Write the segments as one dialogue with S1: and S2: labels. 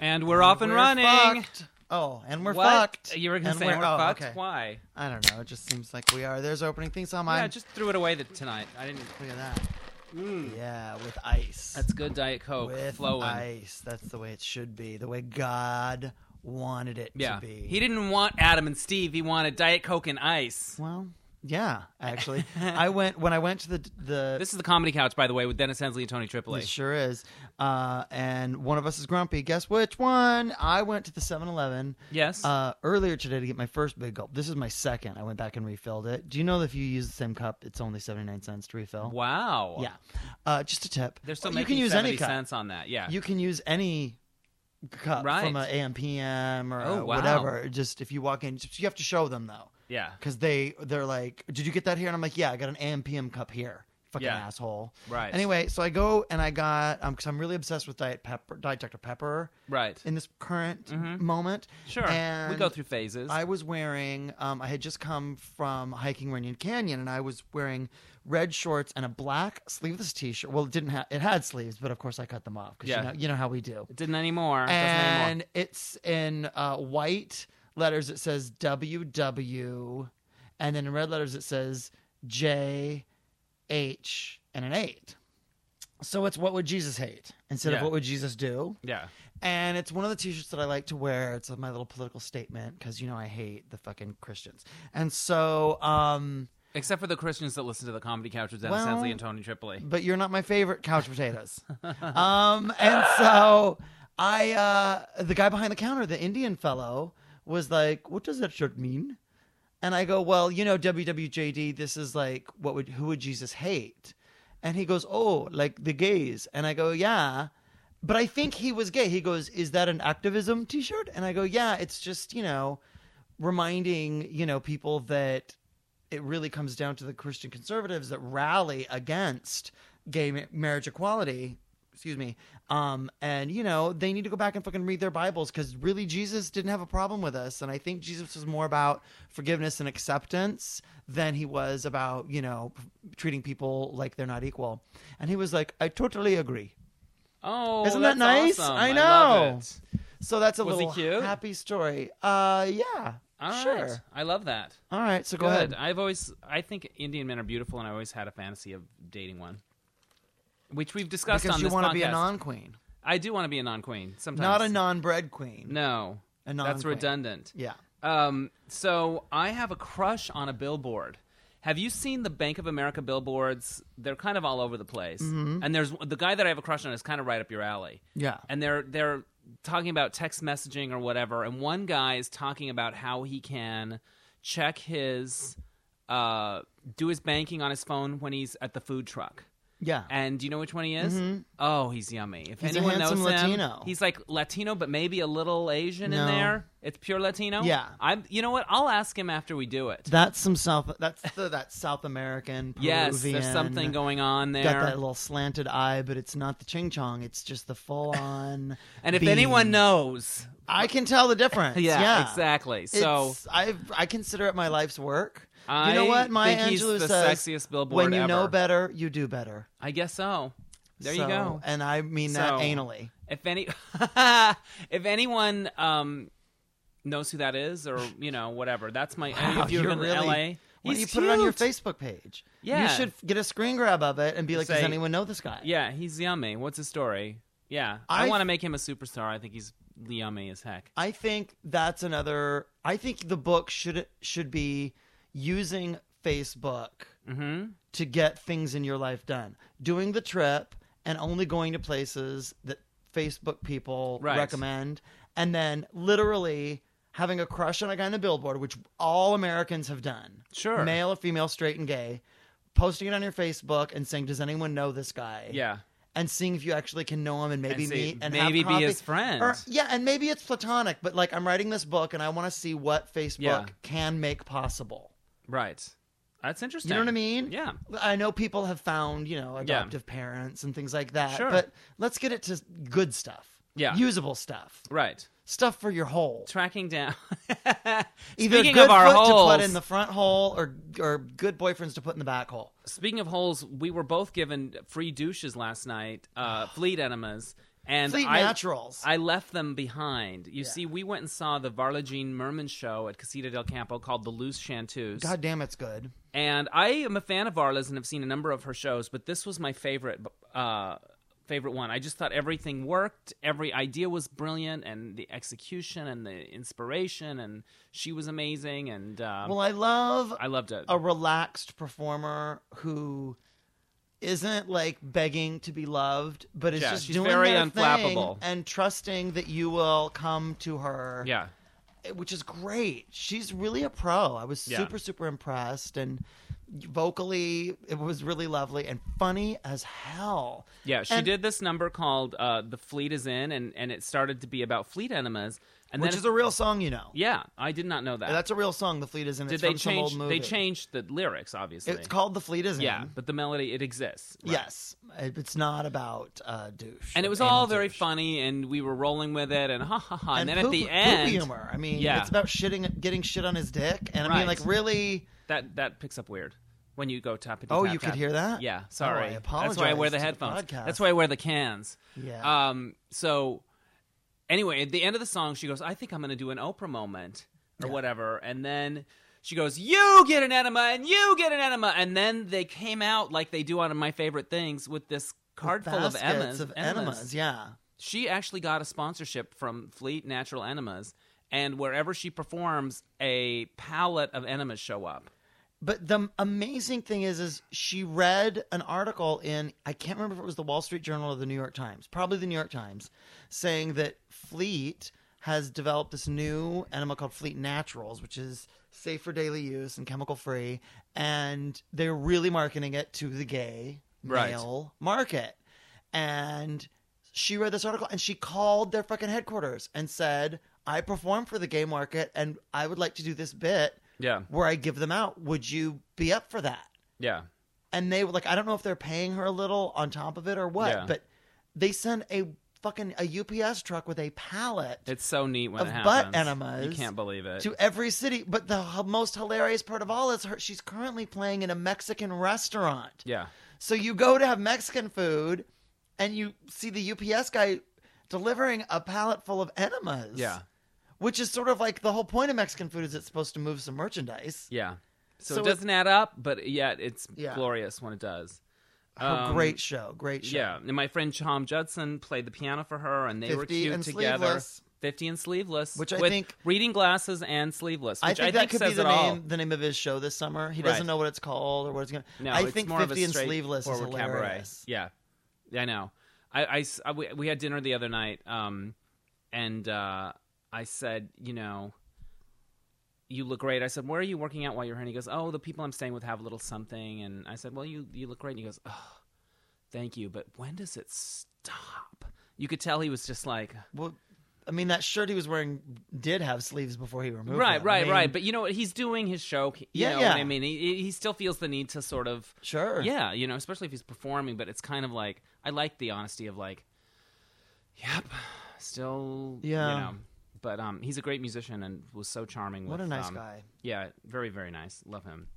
S1: And we're off and
S2: We're
S1: running.
S2: fucked. Oh, and we're
S1: What?
S2: fucked.
S1: You were gonna
S2: And
S1: say we're,
S2: oh,
S1: fucked?
S2: okay.
S1: Why?
S2: I don't know. It just seems like we are. There's opening things on mine.
S1: Yeah, I just threw it away th- tonight. I didn't.
S2: Look at that. Yeah, with ice.
S1: That's good Diet Coke
S2: with
S1: flowing.
S2: ice. That's the way it should be. The way God wanted it
S1: yeah,
S2: to be.
S1: he didn't want Adam and Steve. He wanted Diet Coke and ice.
S2: Well, yeah, actually, I went when I went to the the.
S1: This is the comedy couch, by the way, with Dennis Hensley and Tony Tripoli.
S2: it sure is. Uh, and one of us is grumpy. Guess which one? I went to the 7 Eleven
S1: yes.
S2: uh, earlier today to get my first big gulp. This is my second. I went back and refilled it. Do you know that if you use the same cup, it's only 79 cents to refill?
S1: wow.
S2: Yeah. Uh, just a tip.
S1: They're still
S2: you
S1: making
S2: can use
S1: 70
S2: any cup.
S1: cents on that. Yeah.
S2: You can use any cup
S1: Right.
S2: from a AM PM or
S1: Oh,
S2: a
S1: wow.
S2: whatever. Just if you walk in, just- you have to show them though,
S1: yeah.
S2: because they they're like, "Did you get that here?" And I'm like, "Yeah, I got an AM PM cup here." Fucking
S1: Yeah.
S2: asshole.
S1: Right.
S2: Anyway, so I go and I got um because I'm really obsessed with Diet Pepper, Diet Dr Pepper,
S1: Right.
S2: in this current moment.
S1: Mm-hmm. Sure.
S2: And
S1: we go through phases.
S2: I was wearing. Um, I had just come from hiking Runyon Canyon, and I was wearing red shorts and a black sleeveless T-shirt. Well, it didn't have. It had sleeves, but of course I cut them off because
S1: Yeah.
S2: you, know, you know how we do.
S1: Didn't anymore. Doesn't anymore.
S2: And it's in uh, white letters. It says WW, and then in red letters it says J, H, and an eight. So it's what would Jesus hate instead of
S1: Yeah.
S2: what would Jesus do?
S1: Yeah.
S2: and it's one of the t-shirts that I like to wear. It's my little political statement because you know I hate the fucking Christians, and so um,
S1: Except for the Christians that listen to the comedy couch with Dennis
S2: Well-
S1: Hensley and Tony Tripoli.
S2: but you're not my favorite couch potatoes. um, and so I, uh, the guy behind the counter, the Indian fellow, was like, "What does that shirt mean?" And I go, "Well, you know, WWJD. This is like what would who would Jesus hate?" And he goes, "Oh, like the gays." And I go, "Yeah." But I think he was gay. He goes, "Is that an activism T-shirt?" And I go, "Yeah, it's just you know, reminding you know people that it really comes down to the Christian conservatives that rally against gay ma- marriage equality. Excuse me. Um, and you know they need to go back and fucking read their Bibles because really Jesus didn't have a problem with us, and I think Jesus was more about forgiveness and acceptance than he was about you know treating people like they're not equal. And he was like, I totally agree.
S1: Oh,
S2: Isn't
S1: that's
S2: that nice?
S1: awesome.
S2: I
S1: love
S2: know.
S1: it.
S2: So that's a
S1: Was he
S2: little
S1: cute?
S2: happy story. Uh, yeah,
S1: All right.
S2: sure.
S1: Ah, I love that.
S2: All right, so go
S1: Good.
S2: ahead.
S1: I've always, I think Indian men are beautiful, and I always had a fantasy of dating one, which we've discussed
S2: Because
S1: on
S2: you
S1: this
S2: want
S1: podcast.
S2: to be a non queen,
S1: I do want to be a non queen. Sometimes
S2: not a non bread queen.
S1: No,
S2: A
S1: that's
S2: non-queen.
S1: redundant.
S2: Yeah.
S1: Um, so I have a crush on a billboard. Have you seen the Bank of America billboards? They're kind of all over the place,
S2: Mm-hmm.
S1: and there's the guy that I have a crush on is kind of right up your alley.
S2: Yeah.
S1: and they're they're talking about text messaging or whatever, and one guy is talking about how he can check his uh, do his banking on his phone when he's at the food truck.
S2: Yeah.
S1: And do you know which one he is? Oh, he's yummy. If
S2: Mm-hmm. He's a
S1: anyone knows
S2: handsome
S1: him,
S2: Latino.
S1: he's like Latino, but maybe a little Asian in
S2: No.
S1: there. It's pure Latino.
S2: Yeah.
S1: I'm. You know what? I'll ask him after we do it.
S2: that's some South. That's the, that South American. Peruvian,
S1: yes, there's something going on there.
S2: Got that little slanted eye, but it's not the ching chong. It's just the full on.
S1: and if anyone knows,
S2: I can tell the difference.
S1: yeah,
S2: yeah,
S1: exactly. So
S2: It's- I I consider it my life's work.
S1: I
S2: you know what Maya
S1: think he's
S2: Angelou
S1: the
S2: says?
S1: sexiest billboard
S2: when you know
S1: ever."
S2: better, you do better.
S1: I guess so. There you
S2: So-
S1: go.
S2: And I mean that
S1: So-
S2: anally.
S1: If any, if anyone um, knows who that is, or you know, whatever, that's my.
S2: Wow,
S1: if you're,
S2: you're
S1: in
S2: really-
S1: LA,
S2: Why don't
S1: he's
S2: you put it on your
S1: cute.
S2: Facebook page?
S1: Yeah.
S2: you should get a screen grab of it and be like,
S1: Say-
S2: "Does anyone know this guy?"
S1: Yeah, he's yummy. What's his story? Yeah, I,
S2: I-
S1: want to make him a superstar. I think he's yummy as heck.
S2: I think that's another. I think the book should should be using Facebook
S1: Mm-hmm.
S2: to get things in your life done, doing the trip, and only going to places that Facebook people
S1: Right.
S2: recommend, and then literally having a crush on a guy on the billboard, which all Americans have done,
S1: Sure.
S2: male or female, straight and gay, posting it on your Facebook and saying, "Does anyone know this guy?"
S1: Yeah,
S2: and seeing if you actually can know him and maybe
S1: And see-
S2: meet and
S1: maybe
S2: have
S1: be
S2: coffee.
S1: his friend.
S2: Or- yeah, and maybe it's platonic, but like I'm writing this book and I want to see what Facebook
S1: Yeah.
S2: can make possible.
S1: right. That's interesting.
S2: You know what I mean?
S1: Yeah.
S2: I know people have found, you know, adoptive parents and things like that.
S1: Sure.
S2: But let's get it to good stuff.
S1: Yeah.
S2: Usable stuff.
S1: Right.
S2: Stuff for your hole.
S1: Tracking down.
S2: Either
S1: Speaking
S2: good
S1: of our
S2: foot
S1: holes,
S2: to put in the front hole or or good boyfriends to put in the back hole.
S1: Speaking of holes, we were both given free douches last night, uh, fleet enemas, And
S2: Fleet
S1: I,
S2: Naturals.
S1: I left them behind. You
S2: Yeah.
S1: see, we went and saw the Varla Jean Merman show at Casita del Campo called The Loose Chanteuse.
S2: God damn, it's good.
S1: And I am a fan of Varla's and have seen a number of her shows, but this was my favorite uh, favorite one. I just thought everything worked, every idea was brilliant, and the execution and the inspiration, and she was amazing. And um,
S2: Well, I love
S1: I loved it.
S2: a relaxed performer who isn't like begging to be loved, but is
S1: Yeah,
S2: just
S1: she's
S2: doing
S1: very
S2: their
S1: unflappable.
S2: thing and trusting that you will come to her.
S1: yeah,
S2: which is great. She's really a pro. I was
S1: Yeah.
S2: super super impressed and vocally it was really lovely and funny as hell.
S1: yeah. She
S2: And-
S1: did this number called uh, "The Fleet Is In," and and it started to be about fleet enemas. And
S2: Which
S1: then
S2: is a real song, you know.
S1: yeah, I did not know that.
S2: That's a real song. The Fleet is in.
S1: did
S2: It's
S1: they
S2: from some old
S1: change?
S2: movie.
S1: They changed the lyrics, obviously.
S2: It's called The Fleet is in.
S1: yeah, but the melody it exists. Right.
S2: Yes, It- it's not about uh, douche.
S1: and it
S2: or
S1: was
S2: anal
S1: all very
S2: douche.
S1: funny, and we were rolling with it, and ha ha ha. And,
S2: And,
S1: then at the
S2: poop- poopy
S1: end,
S2: humor. I mean,
S1: Yeah.
S2: it's about shitting, getting shit on his dick, and I mean,
S1: Right.
S2: like, really,
S1: that that picks up weird when you go tap it.
S2: Oh,
S1: tap,
S2: you could
S1: tap.
S2: hear that?
S1: Yeah,
S2: Oh, I
S1: sorry. That's why I wear
S2: apologize
S1: the
S2: to the
S1: headphones.
S2: podcast.
S1: That's why I wear the cans.
S2: yeah.
S1: Um. So, anyway, at the end of the song, she goes, "I think I'm going to do an Oprah moment or whatever," and then. She goes, You get an enema and you get an enema. And then they came out like they do on My Favorite Things with this card full of
S2: Baskets
S1: emas.
S2: of enemas. Yeah.
S1: she actually got a sponsorship from Fleet Natural Enemas, and wherever she performs, a palette of enemas show up.
S2: But the amazing thing is, is she read an article in I can't remember if it was the Wall Street Journal or the New York Times, probably the New York Times, saying that Fleet has developed this new enema called Fleet Naturals, which is safe for daily use and chemical free, and they're really marketing it to the gay
S1: Right.
S2: male market. And she read this article and she called their fucking headquarters and said, "I perform for the gay market, and I would like to do this bit."
S1: Yeah,
S2: where I give them out. Would you be up for that?
S1: yeah,
S2: And they were like, I don't know if they're paying her a little on top of it or what,
S1: Yeah.
S2: but they sent a fucking a UPS truck with a pallet
S1: it's so neat when
S2: Of
S1: it
S2: butt
S1: happens.
S2: enemas
S1: you can't believe it.
S2: to every city. But the h- most hilarious part of all is her, she's currently playing in a Mexican restaurant.
S1: yeah,
S2: So you go to have Mexican food, and you see the UPS guy delivering a pallet full of enemas.
S1: yeah,
S2: which is sort of like the whole point of Mexican food is it's supposed to move some merchandise.
S1: yeah. So,
S2: So
S1: it
S2: it-
S1: doesn't add up, but yet it's
S2: Yeah.
S1: glorious when it does.
S2: Oh,
S1: Um,
S2: great show, great show.
S1: Yeah, and my friend Tom Judson played the piano for her, and they were
S2: 50
S1: cute
S2: and
S1: together.
S2: Sleeveless.
S1: Fifty and sleeveless,
S2: Which I
S1: with
S2: think-
S1: reading glasses and sleeveless. Which
S2: I think that could
S1: says
S2: be the
S1: it all.
S2: name the name of his show this summer. He
S1: Right.
S2: doesn't know what it's called or what it's gonna.
S1: No,
S2: I
S1: it's
S2: think
S1: more of a
S2: Fifty and
S1: straight
S2: Sleeveless is
S1: forward cabaret.
S2: hilarious.
S1: Yeah, yeah, I know. I, I s- I- we, we had dinner the other night, um, and uh, I said, you know, you look great. I said, where are you working out while you're here? And he goes, oh, the people I'm staying with have a little something. And I said, well, you you look great. And he goes, oh, thank you, but when does it stop? You could tell he was just like,
S2: Well, I mean that shirt he was wearing did have sleeves before he removed
S1: right,
S2: them. I
S1: right,
S2: mean,
S1: right. But you know what? He's doing his show. You
S2: Yeah,
S1: know what
S2: yeah.
S1: I mean? He, he still feels the need to sort of
S2: sure.
S1: Yeah, you know, especially if he's performing, but it's kind of like I like the honesty of like, yep, still,
S2: Yeah.
S1: you know. But um, he's a great musician and was so charming.
S2: What
S1: with,
S2: a nice
S1: um,
S2: guy.
S1: Yeah, very very nice. Love him.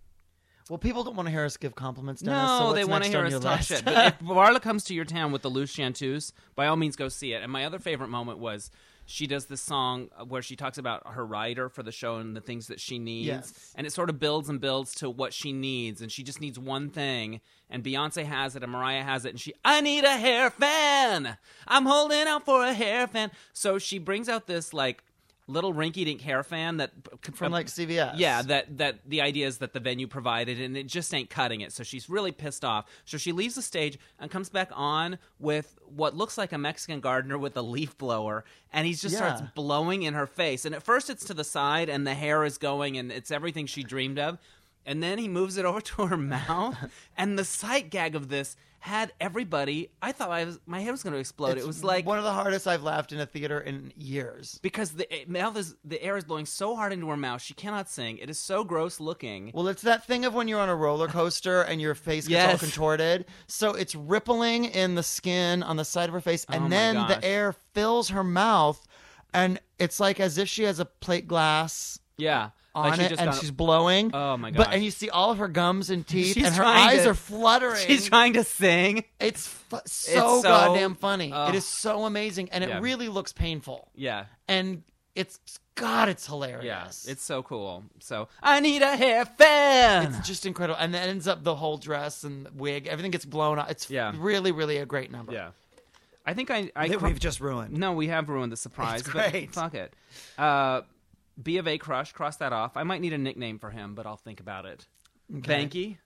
S2: Well, people don't want to hear us give compliments. Dennis,
S1: No,
S2: so
S1: they
S2: want to
S1: hear us
S2: your
S1: talk
S2: list?
S1: shit. But if Varla comes to your town with the Loose Chanteuse, by all means go see it. And my other favorite moment was she does this song where she talks about her rider for the show and the things that she needs.
S2: Yes.
S1: And it sort of builds and builds to what she needs. And she just needs one thing. And Beyonce has it and Mariah has it. And she, I need a hair fan. I'm holding out for a hair fan. So she brings out this like little rinky dink hair fan that
S2: From like CVS.
S1: yeah, that that the idea is that the venue provided, and it just ain't cutting it. So she's really pissed off. So she leaves the stage and comes back on with what looks like a Mexican gardener with a leaf blower, and he just
S2: Yeah.
S1: starts blowing in her face. And at first, it's to the side, and the hair is going, and it's everything she dreamed of. And then he moves it over to her mouth, and the sight gag of this had everybody. I thought I was, my head was going to explode.
S2: It's
S1: it was like
S2: one of the hardest I've laughed in a theater in years.
S1: because the eh, mouth is the air is blowing so hard into her mouth, she cannot sing. It is so gross looking.
S2: Well, it's that thing of when you're on a roller coaster and your face gets all
S1: Yes.
S2: contorted. So it's rippling in the skin on the side of her face, and
S1: Oh my
S2: then
S1: gosh.
S2: the air fills her mouth, and it's like as if she has a plate glass
S1: Yeah.
S2: on
S1: she's
S2: it
S1: just
S2: and
S1: on-
S2: she's blowing.
S1: Oh, my
S2: But
S1: gosh.
S2: and you see all of her gums and teeth,
S1: She's
S2: and her
S1: trying
S2: eyes
S1: to-
S2: are fluttering.
S1: She's trying to sing.
S2: it's fu- so,
S1: so-
S2: goddamn funny.
S1: Ugh.
S2: it is so amazing, and it
S1: Yeah.
S2: really looks painful.
S1: Yeah.
S2: And it's God, it's hilarious.
S1: Yeah. It's so cool. So I need a hair fan.
S2: It's just incredible, and it ends up the whole dress and wig, everything gets blown up. It's
S1: Yeah.
S2: really, really a great number.
S1: yeah. I think I. I
S3: that
S1: cru-
S3: we've just ruined.
S1: no, we have ruined the surprise.
S3: It's
S1: but
S3: great.
S1: fuck it. Uh, B of A crush. Cross that off. I might need a nickname for him, but I'll think about it. Banky.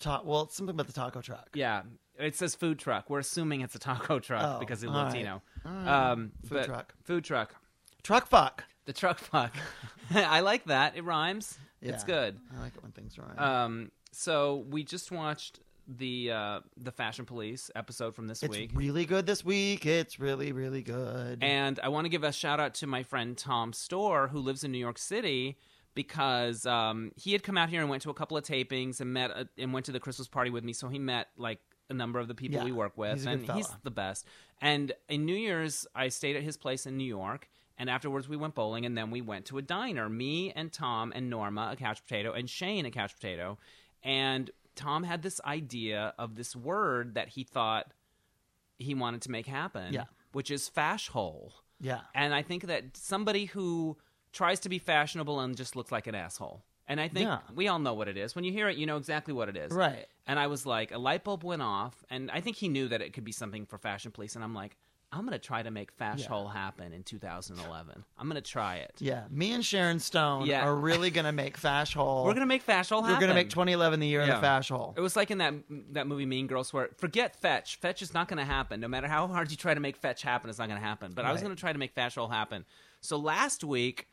S2: Ta- well, it's something about the taco truck.
S1: Yeah. It says food truck. We're assuming it's a taco truck
S2: Oh,
S1: because it's
S2: all right.
S1: Latino.
S2: All right.
S1: Um,
S2: Food
S1: but-
S2: truck.
S1: Food truck.
S2: Truck fuck.
S1: The truck fuck. I like that. It rhymes. It's
S2: Yeah.
S1: good.
S2: I like it when things rhyme.
S1: Um, so we just watched the uh, the Fashion Police episode from this
S2: it's
S1: week,
S2: really good this week. It's really, really good.
S1: and I want to give a shout out to my friend Tom Store who lives in New York City because um, he had come out here and went to a couple of tapings and met uh and went to the Christmas party with me. So he met like a number of the people
S2: Yeah,
S1: we work with,
S2: he's a good
S1: and he's
S2: fella.
S1: the best. And in New Year's, I stayed at his place in New York. And afterwards, we went bowling, and then we went to a diner. Me and Tom and Norma, a couch potato, and Shane, a couch potato. And Tom had this idea of this word that he thought he wanted to make happen,
S2: Yeah.
S1: which is fash hole.
S2: yeah.
S1: And I think that somebody who tries to be fashionable and just looks like an asshole. And I think
S2: Yeah.
S1: we all know what it is. When you hear it, you know exactly what it is.
S2: Right.
S1: And I was like, a light bulb went off, and I think he knew that it could be something for Fashion Police. And I'm like, I'm gonna try to make Fash
S2: Yeah.
S1: Hole happen in 2011. I'm gonna try it.
S2: Yeah. Me and Sharon Stone
S1: Yeah.
S2: are really going to make Fash Hole.
S1: We're gonna make Fash Hole
S2: We're
S1: happen.
S2: gonna make 2011 the year of
S1: Yeah.
S2: the Fash Hole.
S1: It was like in that that movie Mean Girls, where forget fetch, fetch is not going to happen. No matter how hard you try to make fetch happen, it's not going to happen. But I was
S2: Right.
S1: going to try to make fetch all happen. So last week,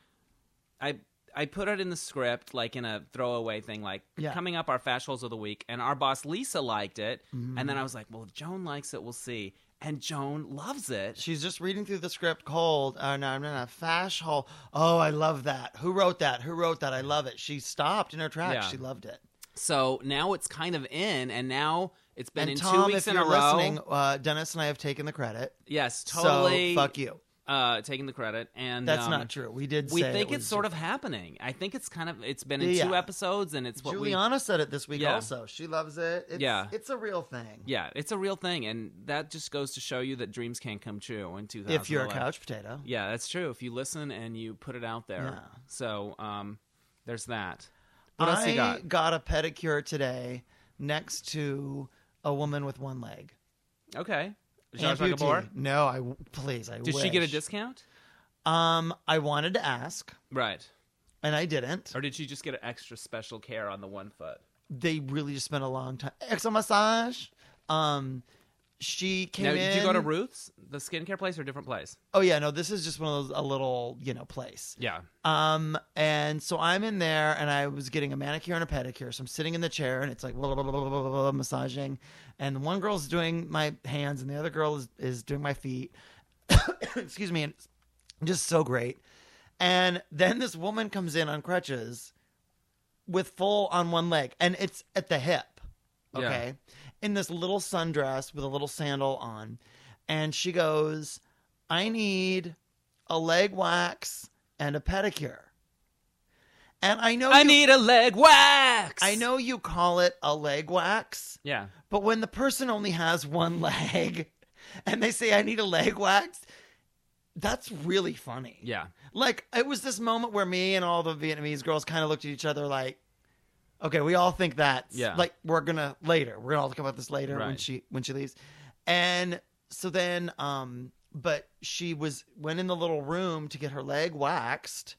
S1: I I put it in the script, like in a throwaway thing, like
S2: Yeah.
S1: coming up our fetch holes of the week, and our boss Lisa liked it, and
S2: Mm-hmm.
S1: then I was like, well, if Joan likes it, we'll see, and Joan loves it.
S2: She's just reading through the script cold. Oh, no, no, no. Fash Hole. Oh, I love that. Who wrote that? Who wrote that? I love it. She stopped in her tracks.
S1: Yeah.
S2: She loved it.
S1: So now it's kind of in, and now it's been
S2: and
S1: in
S2: Tom,
S1: two weeks
S2: if
S1: in
S2: you're
S1: a row.
S2: listening, uh, Dennis and I have taken the credit.
S1: yes, totally.
S2: So fuck you.
S1: Uh, taking the credit, and
S2: That's
S1: um,
S2: not true. We did.
S1: we
S2: say
S1: think
S2: it
S1: it's sort of happening. I think it's kind of it's been in
S2: Yeah.
S1: two episodes and it's what
S2: Juliana said it this week.
S1: Yeah.
S2: Also, she loves it. It's,
S1: Yeah.
S2: it's a real thing.
S1: we Yeah, it's a real thing and that just goes to show you that dreams can come true in 2011.
S2: If you're a couch potato,
S1: Yeah, that's true. If you listen and you put it out there.
S2: Yeah.
S1: So, um there's that. What else
S2: I
S1: you got?
S2: a pedicure today next to a woman with one leg.
S1: Okay. Zsa Zsa
S2: Amputee.
S1: Gabor?
S2: No, I w- please. I
S1: Did she get a
S2: wish.
S1: discount?
S2: Um, I wanted to ask,
S1: Right.
S2: and I didn't.
S1: Or did she just get an extra special care on the one foot?
S2: They really just spent a long time. Exo massage. Um, she came
S1: Now,
S2: in.
S1: did you go to Ruth's, the skincare place, or a different place?
S2: Oh yeah, no. This is just one of those a little you know place.
S1: Yeah.
S2: Um, and so I'm in there and I was getting a manicure and a pedicure. So I'm sitting in the chair and it's like blah, blah, blah, blah, blah, blah, blah, massaging. And one girl's doing my hands and the other girl is, is doing my feet. Excuse me. And it's just so great. And then this woman comes in on crutches with full on one leg and it's at the hip.
S1: Yeah.
S2: Okay. In this little sundress with a little sandal on. And she goes, I need a leg wax and a pedicure. And I know
S1: I
S2: Oh, you,
S1: need a leg wax.
S2: I know you call it a leg wax,
S1: Yeah.
S2: but when the person only has one leg and they say I need a leg wax, that's really funny.
S1: Yeah.
S2: Like it was this moment where me and all the Vietnamese girls kind of looked at each other like okay, we all think that's
S1: Yeah.
S2: like we're going to later. We're going to all talk about this later when
S1: Right.
S2: she when she leaves. And so then um but she was went in the little room to get her leg waxed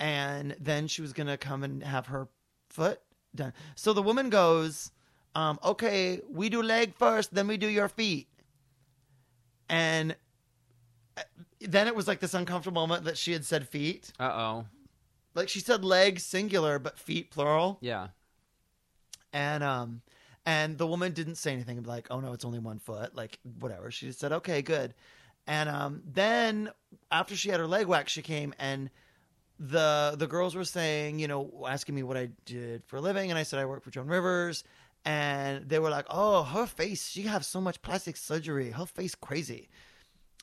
S2: and then she was going to come and have her foot done. So the woman goes, um, okay, we do leg first, then we do your feet. And uh, then it was like this uncomfortable moment that she had said feet.
S1: Uh-oh.
S2: Like she said leg singular, but feet plural.
S1: Yeah.
S2: And um and the woman didn't say anything like, oh no, it's only one foot, like whatever. She just said, Okay, good. And um then after she had her leg waxed, she came and the the girls were saying, you know, asking me what I did for a living, and I said I work for Joan Rivers, and they were like, "Oh, her face, she have so much plastic surgery, her face crazy,"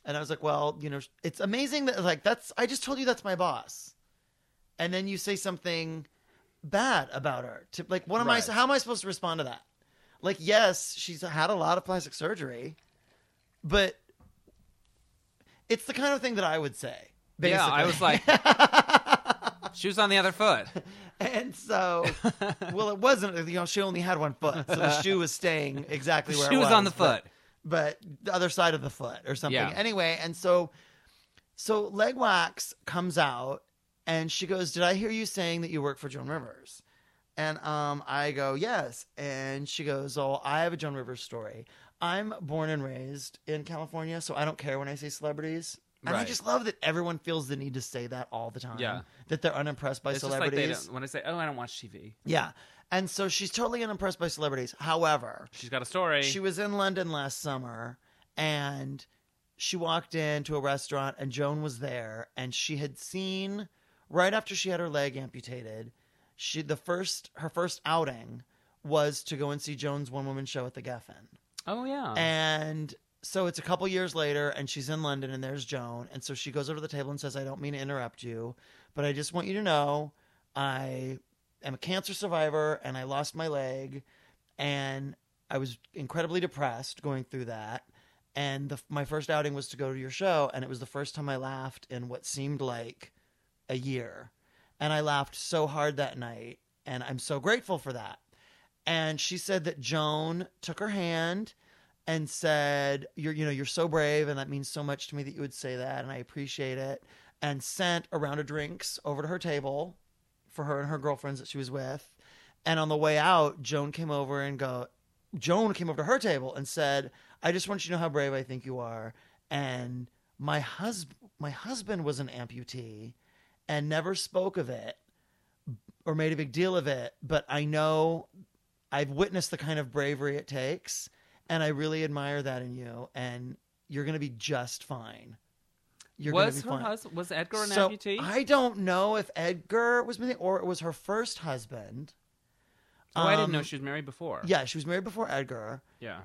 S2: and I was like, "Well, you know, it's amazing that like that's I just told you that's my boss, and then you say something bad about her. To like, what am
S1: Right.
S2: I? How am I supposed to respond to that? Like, yes, she's had a lot of plastic surgery, but it's the kind of thing that I would say.
S1: Yeah, I was
S2: basically.
S1: like, she was on the other foot.
S2: and so, well, it wasn't. You know, she only had one foot, so the shoe was staying exactly where
S1: She
S2: it
S1: was
S2: was
S1: on the
S2: but-
S1: foot.
S2: but the other side of the foot or something.
S1: Yeah.
S2: Anyway, and so so leg wax comes out and she goes, "Did I hear you saying that you work for Joan Rivers?" And um, I go, "Yes." And she goes, "Oh, I have a Joan Rivers story. I'm born and raised in California, so I don't care when I say celebrities." And I
S1: Right.
S2: just love that everyone feels the need to say that all the time.
S1: Yeah.
S2: That they're unimpressed by
S1: It's just like
S2: celebrities.
S1: they don't, when I say, "Oh, I don't watch TV,"
S2: yeah. And so she's totally unimpressed by celebrities. However,
S1: she's got a story.
S2: she was in London last summer and she walked into a restaurant and Joan was there and she had seen right after she had her leg amputated, she the first her first outing was to go and see Joan's one woman show at the Geffen.
S1: oh yeah,
S2: And so it's a couple years later, and she's in London, and there's Joan. And so she goes over to the table and says, I don't mean to interrupt you, but I just want you to know I am a cancer survivor and I lost my leg. And I was incredibly depressed going through that. And the, my first outing was to go to your show, and it was the first time I laughed in what seemed like a year. And I laughed so hard that night, and I'm so grateful for that. And she said that Joan took her hand and said, "You're you know you're so brave, and that means so much to me that you would say that, and I appreciate it." And sent a round of drinks over to her table for her and her girlfriends that she was with. And on the way out, Joan came over and go. Joan came over to her table and said, "I just want you to know how brave I think you are." And my husband, my husband was an amputee, and never spoke of it or made a big deal of it. But I know I've witnessed the kind of bravery it takes, and I really admire that in you. And you're going to be just fine. You're gonna
S1: was
S2: be
S1: her
S2: fine.
S1: husband was Edgar an
S2: So,
S1: amputee?
S2: I don't know if Edgar was with it or it was her first husband.
S1: oh, I didn't know
S2: Um,
S1: she was married before.
S2: Yeah, she was married before Edgar.
S1: yeah.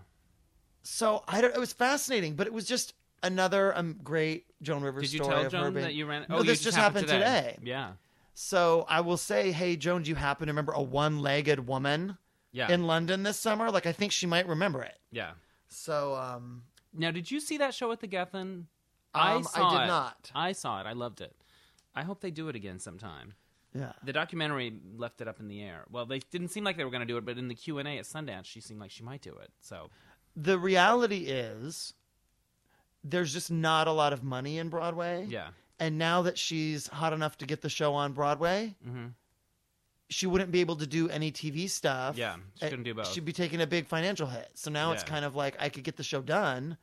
S2: So I don't. It was fascinating, but it was just another um, great Joan Rivers
S1: Did you
S2: story
S1: tell
S2: of her
S1: Joan
S2: being-
S1: that you ran?
S2: No,
S1: oh, you
S2: this just happened today.
S1: Yeah,
S2: So I will say, hey Joan, do you happen to remember a one-legged woman
S1: yeah,
S2: in London this summer? Like I think she might remember it.
S1: yeah.
S2: So um,
S1: Now, did you see that show at the Geffen?
S2: um,
S1: saw
S2: I did
S1: it.
S2: not.
S1: I saw it. I loved it. I hope they do it again sometime.
S2: Yeah.
S1: The documentary left it up in the air. Well, they didn't seem like they were going to do it, but in the Q and A at Sundance, she seemed like she might do it. So
S2: The reality is, there's just not a lot of money in Broadway.
S1: yeah,
S2: and now that she's hot enough to get the show on Broadway,
S1: hmm
S2: she wouldn't be able to do any TV stuff.
S1: yeah. She
S2: Uh,
S1: couldn't do both.
S2: She'd be taking a big financial hit. So now it's
S1: Yeah.
S2: kind of like I could get the show done,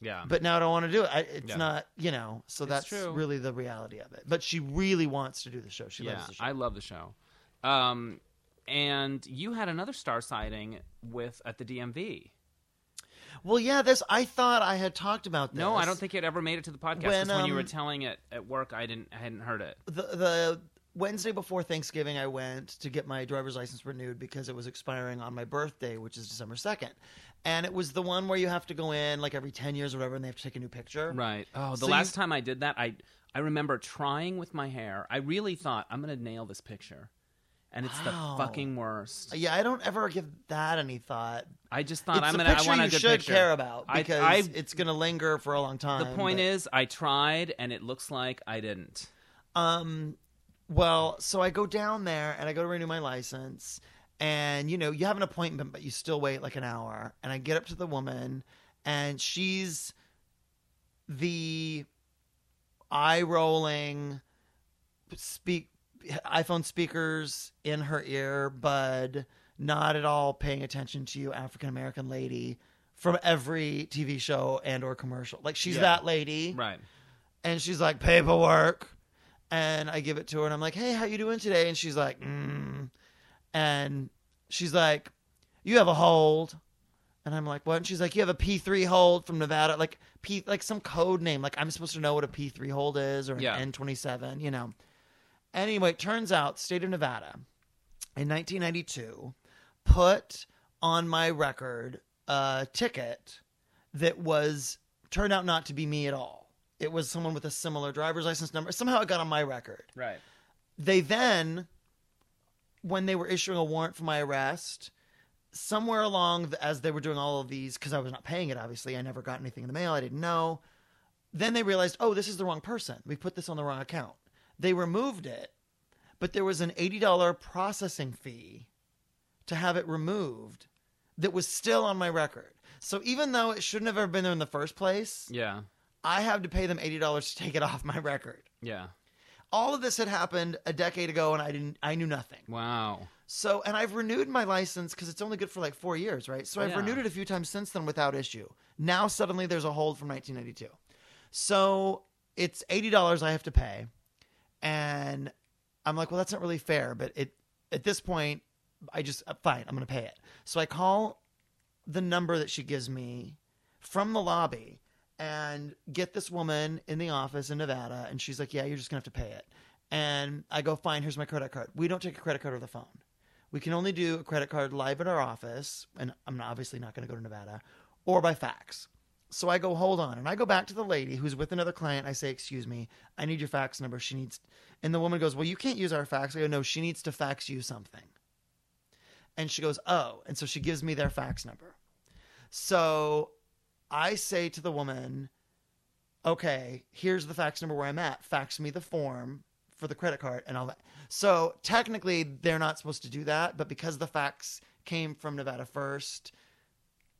S1: yeah,
S2: but now I don't want to do it. I, it's
S1: Yeah.
S2: not, you know. So
S1: It's
S2: that's
S1: true.
S2: really the reality of it. But she really wants to do the show. She
S1: yeah.
S2: loves the show.
S1: I love the show. Um, and you had another star sighting with at the DMV.
S2: well, yeah. This I thought I had talked about. This.
S1: No, I don't think it ever made it to the podcast. 'cause When,
S2: When,
S1: you were
S2: um,
S1: telling it at work, I didn't, I hadn't heard it.
S2: the the Wednesday before Thanksgiving, I went to get my driver's license renewed because it was expiring on my birthday, which is December second, and it was the one where you have to go in like every ten years or whatever, and they have to take a new picture.
S1: Right. Oh, the
S2: So you-
S1: last time I did that, I I remember trying with my hair. I really thought I'm gonna nail this picture, and it's
S2: Wow.
S1: the fucking worst.
S2: Yeah, I don't ever give that any thought.
S1: I just thought
S2: it's
S1: I'm
S2: a
S1: gonna. I
S2: picture
S1: want a
S2: you
S1: good
S2: should
S1: picture.
S2: care about
S1: I-
S2: because
S1: I-
S2: it's going to linger for a long time.
S1: The point
S2: but-
S1: is, I tried, and it looks like I didn't.
S2: Um, well, so I go down there and I go to renew my license, and you know, you have an appointment, but you still wait like an hour. And I get up to the woman, and she's the eye rolling speak iPhone speakers in her ear, bud, not at all paying attention to you, African American lady from every TV show and or commercial. Like she's
S1: Yeah.
S2: that lady
S1: Right.
S2: and she's like paperwork and i give it to her and i'm like hey how you doing today and she's like mm. and she's like you have a hold and i'm like what and she's like you have a p3 hold from nevada like p like some code name like i'm supposed to know what a p3 hold is or an
S1: Yeah.
S2: n27 you know anyway it turns out state of nevada in 1992 put on my record a ticket that was turned out not to be me at all. It was someone with a similar driver's license number. Somehow it got on my record.
S1: Right.
S2: They then, when they were issuing a warrant for my arrest, somewhere along the, as they were doing all of these, because I was not paying it, obviously, I never got anything in the mail, I didn't know. Then they realized, oh, this is the wrong person. We put this on the wrong account. They removed it, but there was an $80 processing fee to have it removed that was still on my record. So even though it shouldn't have ever been there in the first place,
S1: Yeah.
S2: I have to pay them $80 to take it off my record.
S1: Yeah.
S2: All of this had happened a decade ago and I didn't I knew nothing.
S1: Wow.
S2: So, and I've renewed my license because it's only good for like four years, right? So I've
S1: Yeah.
S2: renewed it a few times since then without issue. Now suddenly there's a hold from 1992. So it's $80 I have to pay. And I'm like, well, that's not really fair. But it, at this point, I just, uh, fine, I'm going to pay it. So I call the number that she gives me from the lobby and get this woman in the office in Nevada. And she's like, yeah, you're just going to have to pay it. And I go, fine, here's my credit card. We don't take a credit card over the phone. We can only do a credit card live at our office, and I'm not- obviously not going to go to Nevada, or by fax. So I go, hold on. And I go back to the lady who's with another client. I say, excuse me, I need your fax number. She needs, and the woman goes, well, you can't use our fax. I go, no, she needs to fax you something. And she goes, oh. And so she gives me their fax number. So I say to the woman, okay, here's the fax number where I'm at. Fax me the form for the credit card and all that. So technically, they're not supposed to do that, but because the fax came from Nevada first,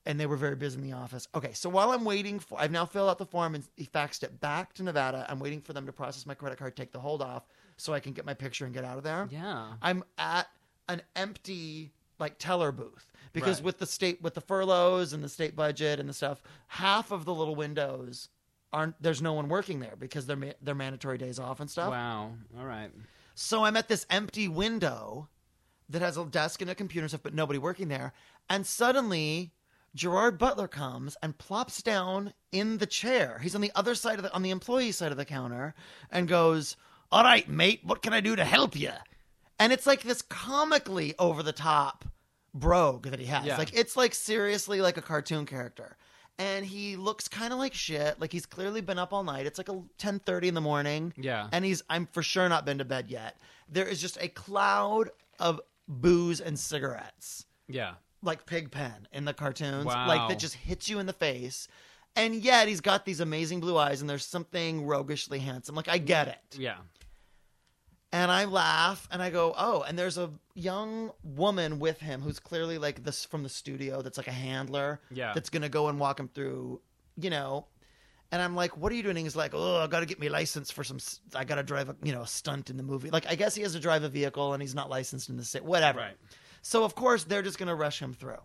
S2: and they were very busy in the office. Okay, so while I'm waiting for, I've now filled out the form and he faxed it back to Nevada. I'm waiting for them to process my credit card, take the hold off, so I can get my picture and get out of there.
S1: Yeah.
S2: I'm at an empty like teller booth because
S1: Right.
S2: with the state with the furloughs and the state budget and the stuff, half of the little windows aren't there's no one working there because they're ma- they're mandatory days off and stuff.
S1: Wow. All right.
S2: So I'm at this empty window that has a desk and a computer and stuff, but nobody working there. And suddenly, Gerard Butler comes and plops down in the chair. He's on the other side of the on the employee side of the counter and goes, "All right, mate, what can I do to help you?" And it's like this comically over the top brogue that he has.
S1: Yeah.
S2: Like it's like seriously like a cartoon character. And he looks kind of like shit. Like he's clearly been up all night. It's like a 10:30 in the morning
S1: Yeah.
S2: and he's I'm for sure not been to bed yet. There is just a cloud of booze and cigarettes,
S1: Yeah.
S2: like Pigpen in the cartoons,
S1: Wow.
S2: like that just hits you in the face. And yet he's got these amazing blue eyes, and there's something roguishly handsome. Like I get it,
S1: Yeah.
S2: and I laugh, and I go, oh. And there's a young woman with him who's clearly like this from the studio. That's like a handler.
S1: Yeah.
S2: That's gonna go and walk him through, you know, and I'm like, what are you doing? And he's like, oh, I got to get me license for some. s- I got to drive a you know a stunt in the movie. Like I guess he has to drive a vehicle and he's not licensed in the state. Whatever.
S1: Right.
S2: So of course they're just gonna rush him through.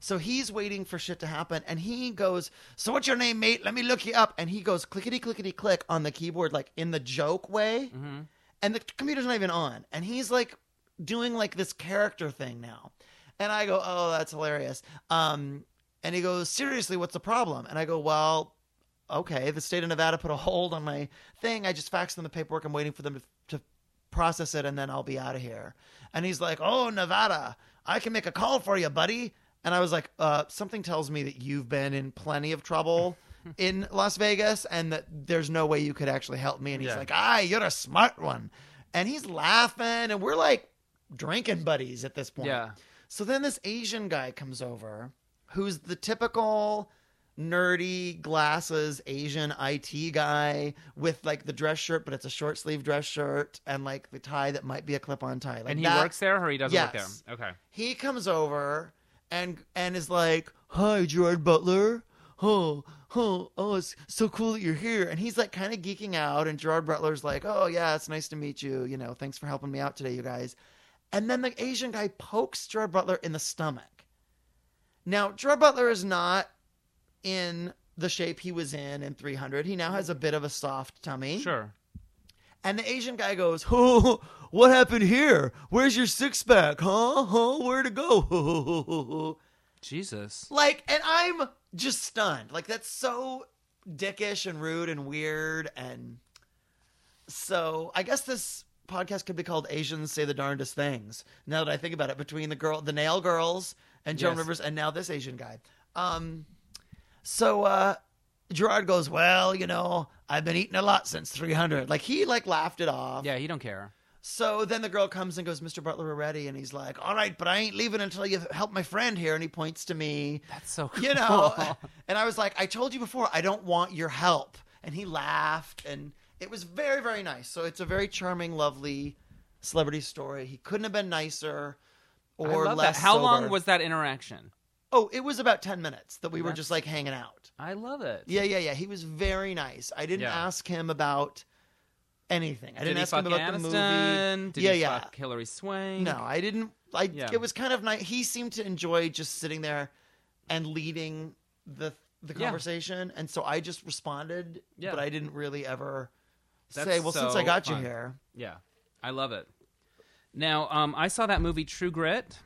S2: So he's waiting for shit to happen, and he goes, "So what's your name, mate? Let me look you up." And he goes clickety clickety click on the keyboard, like in the joke way,
S1: Mm-hmm.
S2: and the computer's not even on, and he's like doing like this character thing now, and I go, "Oh, that's hilarious." Um, and he goes, "Seriously, what's the problem?" And I go, "Well, okay, the state of Nevada put a hold on my thing. I just faxed them the paperwork. I'm waiting for them to, to process it, and then I'll be out of here. And he's like, Oh, Nevada, I can make a call for you, buddy. And I was like, uh, Something tells me that you've been in plenty of trouble in Las Vegas and that there's no way you could actually help me. And he's
S1: Yeah.
S2: like, Ah, you're a smart one. And he's laughing, and we're like drinking buddies at this point.
S1: Yeah.
S2: So then this Asian guy comes over who's the typical nerdy glasses Asian IT guy with like the dress shirt, but it's a short sleeve dress shirt and like the tie that might be a clip on tie. Like
S1: And he
S2: that-
S1: works there, or he doesn't work
S2: Yes.
S1: there. Okay.
S2: He comes over and and is like, "Hi, Gerard Butler. Oh, oh, oh, it's so cool that you're here." And he's like kind of geeking out, and Gerard Butler's like, "Oh yeah, it's nice to meet you. You know, thanks for helping me out today, you guys." And then the Asian guy pokes Gerard Butler in the stomach. Now, Gerard Butler is not in the shape he was in in 300. He now has a bit of a soft tummy.
S1: Sure.
S2: And the Asian guy goes, oh, what happened here? Where's your six pack? Huh? Huh? Where'd it go?
S1: Jesus.
S2: like, and I'm just stunned. Like, that's so dickish and rude and weird. And so I guess this podcast could be called Asians Say the Darndest Things. Now that I think about it, between the girl, the nail girls and Joan
S1: Yes.
S2: Rivers, and now this Asian guy. Um, so, uh, Gerard goes, well, you know, I've been eating a lot since 300. Like he like laughed it off.
S1: Yeah, he don't care.
S2: So then the girl comes and goes, Mr. Butler, we're ready. And he's like, all right, but I ain't leaving until you help my friend here. And he points to me.
S1: That's so cool.
S2: you know and i was like i told you before i don't want your help and he laughed and it was very very nice so it's a very charming lovely celebrity story he couldn't have been nicer
S1: I
S2: or
S1: love
S2: less
S1: that. How long
S2: sober.
S1: was that interaction?
S2: oh it was about 10 minutes that we were
S1: That's-
S2: just like hanging out
S1: I love it.
S2: yeah yeah yeah he was very nice i didn't
S1: Yeah.
S2: ask him about anything i
S1: Did
S2: didn't
S1: he
S2: ask him
S1: fuck
S2: about the
S1: Aniston?
S2: movie
S1: Did
S2: yeah
S1: he
S2: yeah
S1: fuck Hillary Swank?
S2: no, I didn't. I
S1: Yeah.
S2: it was kind of nice. He seemed to enjoy just sitting there and leading the the
S1: Yeah.
S2: conversation, and so I just responded,
S1: Yeah.
S2: but I didn't really ever
S1: That's
S2: say, "Well, since I
S1: so
S2: got
S1: fun.
S2: you here,
S1: Yeah, I love it. Now, um, I saw that movie True Grit,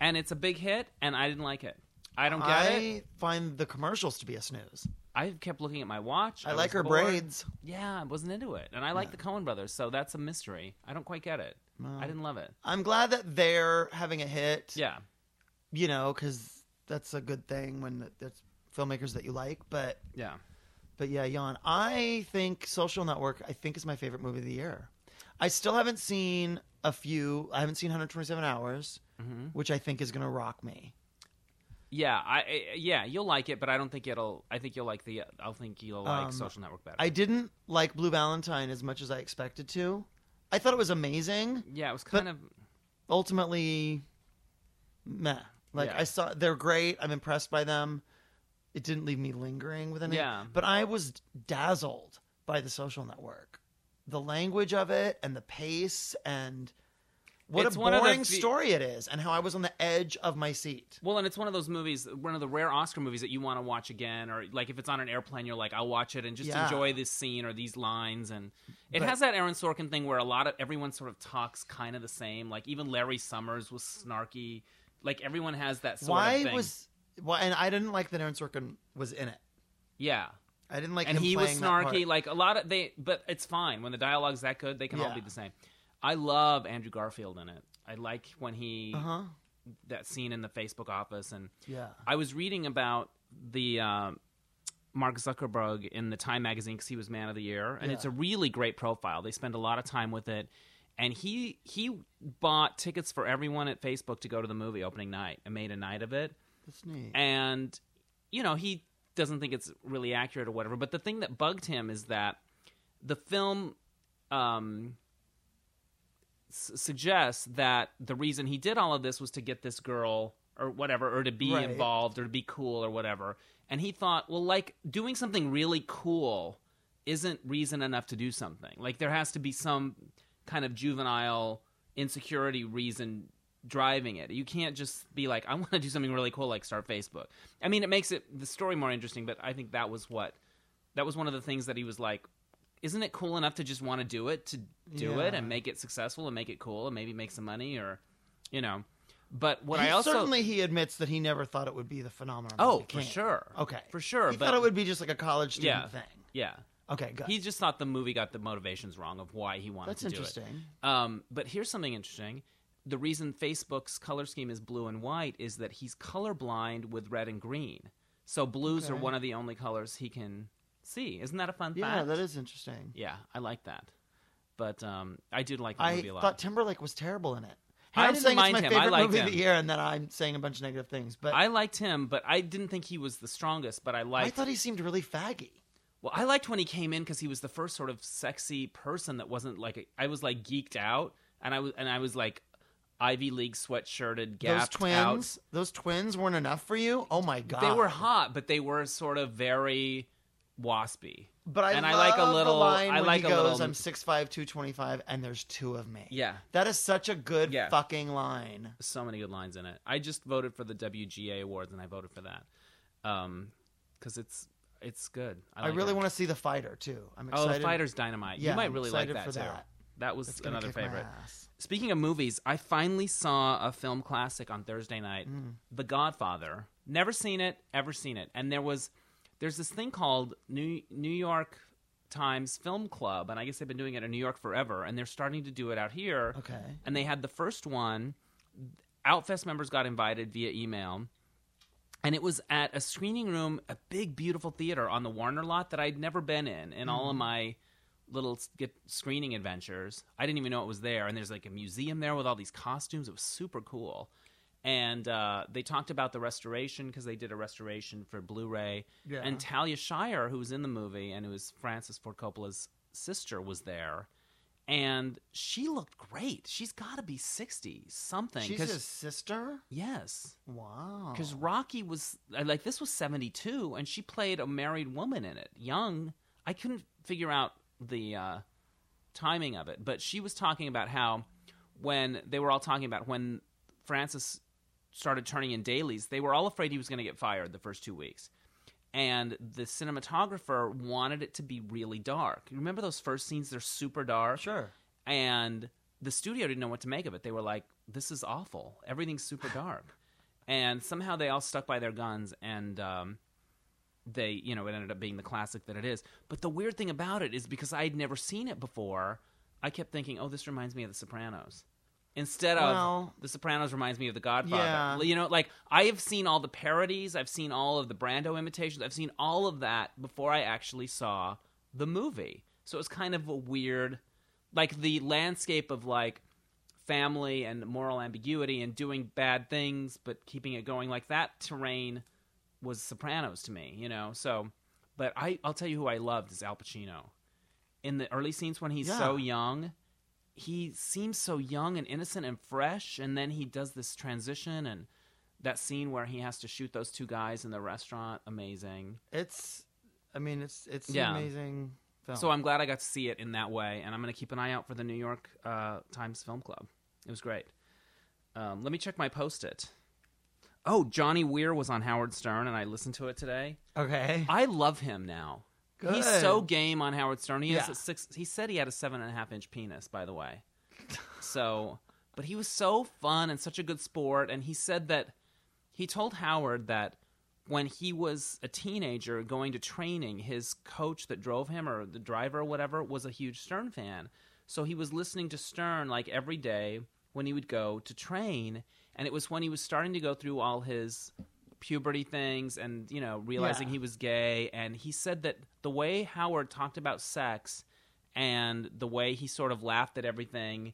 S1: and it's a big hit, and I didn't like it. I don't get
S2: I
S1: it.
S2: find the commercials to be a snooze.
S1: I kept looking at my watch.
S2: I, like
S1: was
S2: her
S1: bored.
S2: braids.
S1: Yeah, I wasn't into it, and I like the Coen Brothers, so that's a mystery. I don't quite get it. I didn't love it.
S2: I'm glad that they're having a hit.
S1: Yeah,
S2: you know, because that's a good thing when th- that's filmmakers that you like. But
S1: yeah.
S2: But yeah, Jan, I think Social Network, I think, is my favorite movie of the year. I still haven't seen a few. I haven't seen 127 Hours,
S1: Mhm.
S2: which I think is going to rock me.
S1: Yeah, I, I yeah, you'll like it, but I don't think it'll. I think you'll like the. I think you'll like
S2: Um,
S1: Social Network better.
S2: I didn't like Blue Valentine as much as I expected to. I thought it was amazing.
S1: yeah, it was
S2: but-
S1: kind of.
S2: Ultimately, meh. Like
S1: Yeah.
S2: I saw, they're great. I'm impressed by them. It didn't leave me lingering with any.
S1: Yeah.
S2: But I was dazzled by the Social Network, the language of it, and the pace, and what
S1: It's
S2: a
S1: one of the
S2: boring
S1: fe-
S2: story it is, and how I was on the edge of my seat.
S1: Well, and it's one of those movies, one of the rare Oscar movies that you want to watch again, or like if it's on an airplane, you're like, I'll watch it and just
S2: Yeah.
S1: enjoy this scene or these lines. And it
S2: But-
S1: has that Aaron Sorkin thing where a lot of everyone sort of talks kind of the same. Like even Larry Summers was snarky. Like everyone has that sort of
S2: why
S1: thing.
S2: was why? And I didn't like that Aaron Sorkin was in it.
S1: yeah,
S2: I didn't like
S1: and
S2: him
S1: he was
S2: playing that part.
S1: snarky. Like a lot of they, but it's fine when the dialogue's that good, they can all
S2: Yeah.
S1: be the same. I love Andrew Garfield in it. I like when he
S2: uh-huh.
S1: that scene in the Facebook office and
S2: Yeah.
S1: I was reading about the uh, Mark Zuckerberg in the Time magazine because he was Man of the Year, and
S2: Yeah.
S1: it's a really great profile. They spend a lot of time with it, and he he bought tickets for everyone at Facebook to go to the movie opening night and made a night of it.
S2: That's neat.
S1: And you know he doesn't think it's really accurate or whatever. But the thing that bugged him is that the film. Um, s- suggests that the reason he did all of this was to get this girl or whatever or to be
S2: Right.
S1: involved or to be cool or whatever and he thought well like doing something really cool isn't reason enough to do something like there has to be some kind of juvenile insecurity reason driving it you can't just be like i want to do something really cool like start facebook i mean it makes it the story more interesting but i think that was what that was one of the things that he was like isn't it cool enough to just want to do it to do it
S2: Yeah.
S1: and make it successful and make it cool and maybe make some money or you know but what
S2: He-
S1: i also
S2: certainly he admits that he never thought it would be the phenomenon. that it
S1: oh for
S2: became.
S1: sure
S2: Okay.
S1: for sure
S2: He
S1: but
S2: thought it would be just like a college student
S1: Yeah.
S2: thing.
S1: yeah
S2: Okay, good.
S1: he just thought the movie got the motivations wrong of why he wanted
S2: That's
S1: to
S2: interesting.
S1: do it um, but here's something interesting the reason facebook's color scheme is blue and white is that he's colorblind with red and green so blues are
S2: Okay.
S1: one of the only colors he can see isn't that a fun
S2: Yeah,
S1: fact
S2: that is interesting.
S1: yeah i like that but um, i did like the
S2: I
S1: movie a lot
S2: thought Timberlake was terrible in it.
S1: I
S2: And I'm
S1: didn't
S2: saying it's
S1: mind
S2: my
S1: him. I
S2: favorite
S1: liked
S2: movie of
S1: him.
S2: the year, and then I'm saying a bunch of negative things. But I,
S1: I liked him, but I didn't think he was the strongest. But I liked.
S2: thought he seemed really faggy.
S1: well, I liked when he came in because he was the first sort of sexy person that wasn't like a, I was like geeked out, and I was and I was like Ivy League sweatshirted,
S2: those
S1: gapped
S2: twins, those twins weren't enough for you. Oh my
S1: out.
S2: god,
S1: They were hot, but they were sort of very waspy.
S2: But I
S1: and I
S2: love
S1: like a little-
S2: The line
S1: I
S2: when
S1: like
S2: he
S1: a
S2: goes,
S1: little-
S2: "I'm 6'5", 225, and there's two of me."
S1: Yeah,
S2: that is such a good
S1: Yeah.
S2: fucking line.
S1: so many good lines in it. I just voted for the WGA awards, and I voted for that because it's it's good. I,
S2: I,
S1: like
S2: really
S1: it.
S2: want to see the fighter too. I'm
S1: Oh,
S2: excited.
S1: the fighter's dynamite.
S2: Yeah,
S1: you might
S2: I'm
S1: really like
S2: excited
S1: that
S2: for
S1: too.
S2: that.
S1: That was
S2: It's gonna
S1: another
S2: kick my
S1: favorite.
S2: ass.
S1: Speaking of movies, I finally saw a film classic on Thursday night,
S2: Mm.
S1: The Godfather. Never seen it, ever seen it. And there was there's this thing called New New York Times Film Club, and I guess they've been doing it in New York forever, and they're starting to do it out here.
S2: Okay.
S1: And they had the first one. Outfest members got invited via email. And it was at a
S2: Mm-hmm.
S1: screening room, a big, beautiful theater on the Warner lot that I'd never been in in all of my little s- get screening adventures. I didn't even know it was there, and there's like a museum there with all these costumes. It was super cool. And uh, they talked about the restoration because they did a restoration for Blu-ray.
S2: Yeah.
S1: And Talia Shire, who was in the movie and who was Francis Ford Coppola's sister, was there, and she looked great. She's got to be sixty something.
S2: She's
S1: 'cause-
S2: his sister.
S1: yes,
S2: Wow.
S1: because Rocky was uh, like this was seventy two, and she played a married woman in it, young. I couldn't figure out the uh, timing of it, but she was talking about how when they were all talking about when Francis started turning in dailies, they were all afraid he was going to get fired the first two weeks, and the cinematographer wanted it to be really dark. Remember those first scenes? They're super dark
S2: sure.
S1: and the studio didn't know what to make of it. They were like, "This is awful. Everything's super dark," and somehow they all stuck by their guns, and um, they, you know, it ended up being the classic that it is. But the weird thing about it is because I had never seen it before, I kept thinking, "Oh, this reminds me of The Sopranos." Instead of
S2: Well-
S1: The Sopranos reminds me of The Godfather.
S2: Yeah.
S1: You know, like I have seen all the parodies, I've seen all of the Brando imitations, I've seen all of that before I actually saw the movie. So it's kind of a weird like the landscape of like family and moral ambiguity and doing bad things but keeping it going like that terrain was Sopranos to me, you know. So, but I I'll tell you who I loved is Al Pacino. In the early scenes when he's so
S2: Yeah.
S1: young, he seems so young and innocent and fresh and then he does this transition and that scene where he has to shoot those two guys in the restaurant, amazing.
S2: It's. I mean, it's it's
S1: Yeah.
S2: an amazing film.
S1: So I'm glad I got to see it in that way, and I'm going to keep an eye out for the New York uh, Times Film Club. It was great. Um, let me check my post-it. Oh, Johnny Weir was on Howard Stern, and I listened to it today.
S2: okay.
S1: I love him now. He's so game on Howard Stern. He has
S2: Yeah.
S1: a six. He said he had a seven and a half inch penis, by the way. So, but he was so fun and such a good sport. And he said that he told Howard that when he was a teenager going to training, his coach that drove him or the driver or whatever was a huge Stern fan. So he was listening to Stern like every day when he would go to train. And it was when he was starting to go through all his puberty things and, you know, realizing
S2: Yeah.
S1: he was gay. And he said that the way Howard talked about sex and the way he sort of laughed at everything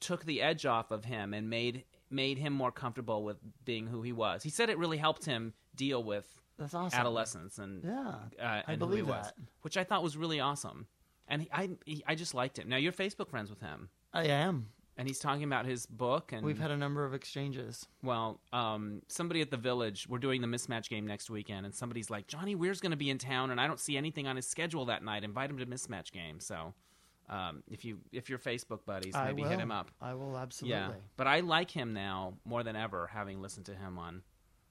S1: took the edge off of him and made made him more comfortable with being who he was. He said it really helped him deal with
S2: That's awesome.
S1: adolescence and
S2: Yeah.
S1: uh,
S2: I
S1: and
S2: believe
S1: who he was,
S2: that.
S1: which I thought was really awesome. And he, I he, I just liked him. Now you're Facebook friends with him,
S2: I am.
S1: and he's talking about his book. And
S2: We've had a number of exchanges.
S1: well, um, somebody at the village, we're doing the mismatch game next weekend, and somebody's like, Johnny Weir's going to be in town, and I don't see anything on his schedule that night. Invite him to mismatch game. So, um, if you if you're Facebook buddies,
S2: I
S1: maybe
S2: will.
S1: hit him up.
S2: I will absolutely.
S1: Yeah, but I like him now more than ever, having listened to him on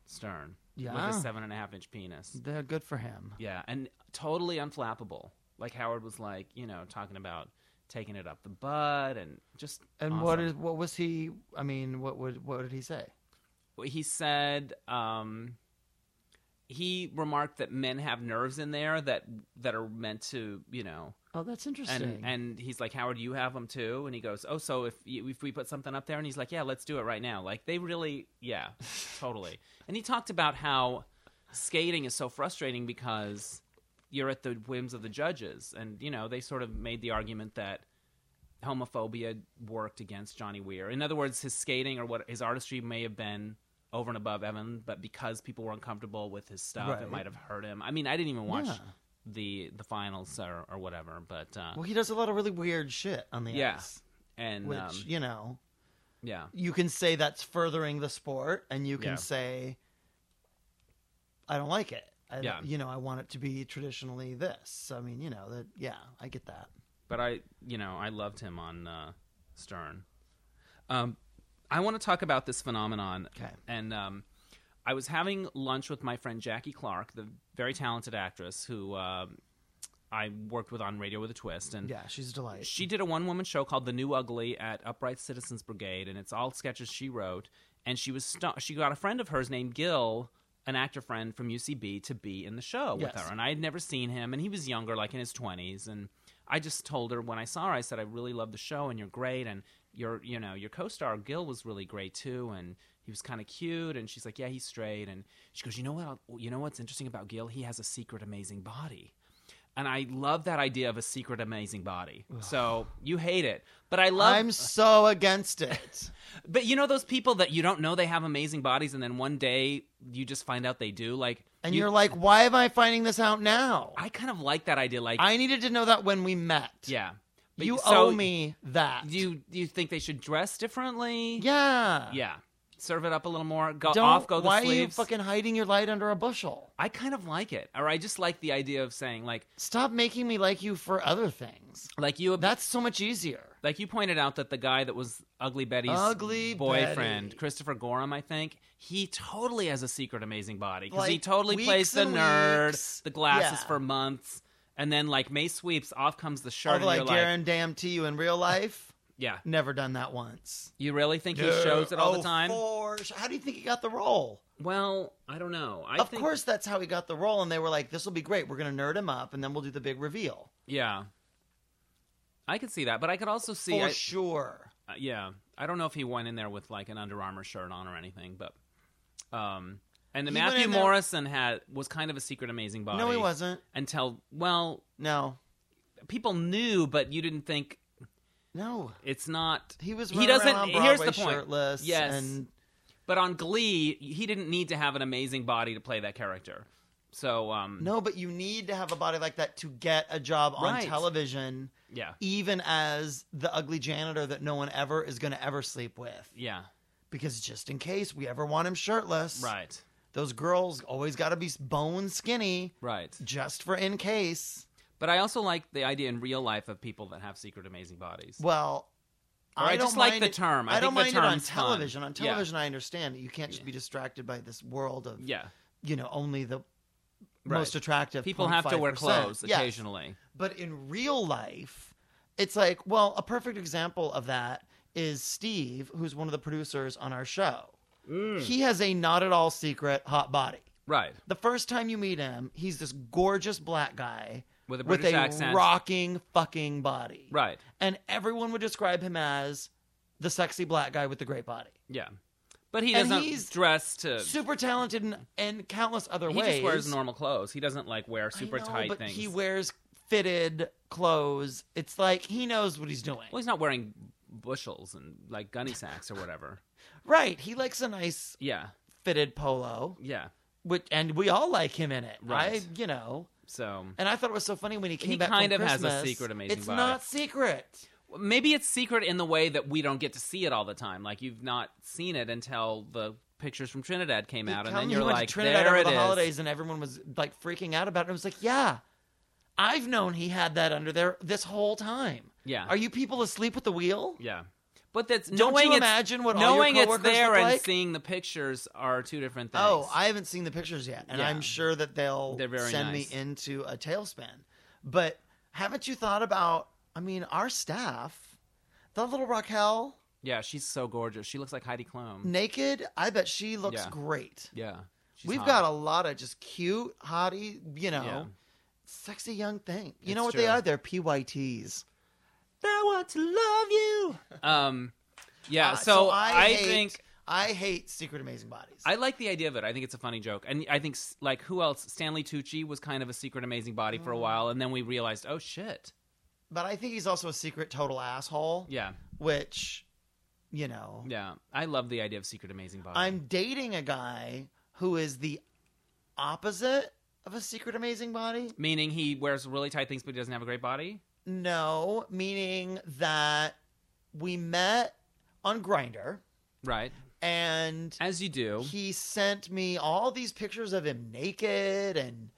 S1: Stern
S2: Yeah.
S1: with a seven and a half inch penis.
S2: They're good for him.
S1: Yeah, and totally unflappable. Like Howard was like, you know, talking about taking it up the butt and just
S2: And what
S1: awesome.
S2: is what was he? I mean, what would what did he say?
S1: he said um he remarked that men have nerves in there that that are meant to you know
S2: Oh, that's interesting.
S1: and uh, and he's like howard you have them too and he goes oh so if you, if we put something up there and he's like yeah let's do it right now like they really yeah totally and he talked about how skating is so frustrating because you're at the whims of the judges and you know they sort of made the argument that homophobia worked against Johnny Weir. In other words, his skating or what his artistry may have been over and above Evan, but because people were uncomfortable with his stuff,
S2: Right.
S1: it might have hurt him. I mean, I didn't even watch
S2: Yeah.
S1: the the finals or, or whatever, but uh,
S2: well, he does a lot of really weird shit on the
S1: Yeah.
S2: ice,
S1: and
S2: which
S1: um,
S2: you know
S1: yeah,
S2: you can say that's furthering the sport, and you can
S1: Yeah.
S2: say I don't like it. I,
S1: Yeah.
S2: you know, I want it to be traditionally this. I mean, you know that. Yeah, I get that.
S1: but I you know I loved him on uh, Stern. Um, I want to talk about this phenomenon,
S2: Okay.
S1: and um, I was having lunch with my friend Jackie Clark, the very talented actress who um I worked with on Radio with a Twist, and
S2: Yeah, she's a delight.
S1: She did a one woman show called The New Ugly at Upright Citizens Brigade, and it's all sketches she wrote. And she was stu- she got a friend of hers named Gil, an actor friend from UCB, to be in the show with
S2: Yes.
S1: her. And I had never seen him, and he was younger, like in his twenties. And I just told her when I saw her, I said, "I really love the show, and you're great, and your you know your co-star Gil was really great too, and." He was kind of cute, and she's like, "Yeah, he's straight." And she goes, "You know what? I'll, you know what's interesting about Gil? He has a secret, amazing body." And I love that idea of a secret amazing body. So you hate it, but I love.
S2: I'm so against it.
S1: But you know those people that you don't know they have amazing bodies, and then one day you just find out they do. Like,
S2: And
S1: you-
S2: you, are like, why am I finding this out now?
S1: I kind of like that idea. Like,
S2: I needed to know that when we met.
S1: yeah, But
S2: you
S1: so
S2: owe me that.
S1: Do you do you think they should dress differently?
S2: Yeah.
S1: yeah. Serve it up a little more. Go
S2: Don't,
S1: off. Go the
S2: why are you
S1: sleeves.
S2: fucking hiding your light under a bushel?
S1: I kind of like it, or I just like the idea of saying like
S2: Stop making me like you for other things.
S1: like you
S2: That's so much easier.
S1: like you pointed out that the guy that was Ugly Betty's
S2: Ugly
S1: boyfriend,
S2: Betty.
S1: Christopher Gorham, I think, he totally has a secret amazing body because he
S2: Like,
S1: totally
S2: weeks
S1: plays the
S2: and
S1: nerd,
S2: weeks.
S1: the glasses
S2: Yeah.
S1: for months, and then like May sweeps off comes the shirt.
S2: Although
S1: and
S2: I
S1: you're like,
S2: guarantee you in real life,
S1: yeah,
S2: never done that once.
S1: you really think he shows it all
S2: Oh,
S1: the time?
S2: for sure. How do you think he got the role?
S1: Well, I don't know. I
S2: of
S1: think,
S2: course, that's how he got the role, and they were like, "This will be great. We're gonna nerd him up, and then we'll do the big reveal
S1: yeah. I could see that, but I could also see,
S2: for
S1: I-
S2: sure."
S1: uh, yeah, I don't know if he went in there with like an Under Armour shirt on or anything, but. Um, and the
S2: He went
S1: Matthew
S2: in there-
S1: Morrison had was kind of a secret amazing body.
S2: No, he wasn't.
S1: until well
S2: No,
S1: people knew but you didn't think
S2: no,
S1: it's not
S2: he was.
S1: He
S2: running
S1: doesn't-
S2: around
S1: here's the
S2: Broadway
S1: point.
S2: Shirtless,
S1: Yes.
S2: and
S1: but on glee he didn't need to have an amazing body to play that character so um
S2: no, but you need to have a body like that to get a job on
S1: Right.
S2: television,
S1: yeah
S2: even as the ugly janitor that no one ever is gonna ever sleep with,
S1: yeah
S2: because just in case we ever want him shirtless,
S1: right
S2: Those girls always got to be bone skinny,
S1: right
S2: just for in case.
S1: but i also like the idea in real life of people that have secret amazing bodies
S2: Well,
S1: Or I just
S2: don't
S1: like
S2: mind
S1: the
S2: it-
S1: term. I
S2: I, don't
S1: think
S2: mind
S1: the
S2: it on
S1: term's fun.
S2: television. On
S1: Yeah.
S2: television, I understand it. You can't just be distracted by this world of
S1: yeah
S2: you know only the
S1: Right.
S2: most attractive.
S1: people have to wear
S2: 0.5%.
S1: clothes
S2: Yes.
S1: occasionally
S2: But in real life, it's like well, a perfect example of that is Steve, who's one of the producers on our show.
S1: Mm.
S2: He has a not at all secret hot body.
S1: right
S2: The first time you meet him, he's this gorgeous black guy
S1: With a British accent.
S2: rocking fucking body.
S1: right
S2: And everyone would describe him as the sexy black guy with the great body.
S1: yeah but he
S2: And
S1: doesn't
S2: he's
S1: dress to
S2: Super talented in, in countless other
S1: he
S2: ways.
S1: just wears normal clothes he doesn't like wear
S2: I
S1: super
S2: know,
S1: tight
S2: but
S1: things
S2: He wears fitted clothes. It's like he knows what he's doing.
S1: well he's not wearing bushels and like gunny sacks or whatever
S2: Right. He likes a nice
S1: yeah
S2: fitted polo,
S1: yeah
S2: which and we all like him in it.
S1: Right.
S2: I, you know.
S1: so
S2: And I thought it was so funny when he came
S1: He
S2: back.
S1: kind
S2: from
S1: of has a
S2: Christmas,
S1: secret amazing
S2: It's
S1: body.
S2: not secret.
S1: maybe it's secret in the way that we don't get to see it all the time. Like you've not seen it until the pictures from Trinidad came
S2: You
S1: out, and
S2: tell
S1: then
S2: me
S1: you're
S2: he went to
S1: like,
S2: Trinidad
S1: there
S2: over
S1: it
S2: the
S1: is.
S2: holidays, and everyone was like freaking out about it. I was like, yeah, I've known he had that under there this whole time.
S1: Yeah.
S2: Are you people asleep at the wheel?
S1: Yeah, but that's
S2: Don't
S1: knowing it's,
S2: you imagine what all your
S1: knowing it's
S2: coworkers
S1: there
S2: look
S1: and
S2: like?
S1: seeing the pictures are two different things.
S2: Oh, I haven't seen the pictures yet, and
S1: Yeah.
S2: I'm sure that they'll
S1: They're very
S2: send
S1: nice.
S2: me into a tailspin. But haven't you thought about? I mean, our staff, the little Raquel
S1: yeah, she's so gorgeous. She looks like Heidi Klum.
S2: naked. I bet she looks
S1: Yeah.
S2: great.
S1: Yeah, she's
S2: We've
S1: hot.
S2: got a lot of just cute, hottie, you know,
S1: Yeah.
S2: sexy young thing. You
S1: It's
S2: know what they
S1: true.
S2: are? They're PYTs.
S1: I want to love you. Um, yeah.
S2: Uh,
S1: so, I,
S2: hate-
S1: think
S2: I hate Secret Amazing Bodies.
S1: I like the idea of it. I think it's a funny joke, and I think s- like who else? Stanley Tucci was kind of a secret amazing body for a while, and then we realized, oh shit,
S2: but I think he's also a secret total asshole,
S1: yeah,
S2: which, you know,
S1: yeah. I love the idea of secret amazing body.
S2: I'm dating a guy who is the opposite of a Secret Amazing Body.
S1: Meaning he wears really tight things, but he doesn't have a great body.
S2: No, meaning that we met on Grinder
S1: Right,
S2: and
S1: as you do.
S2: he sent me all these pictures of him naked and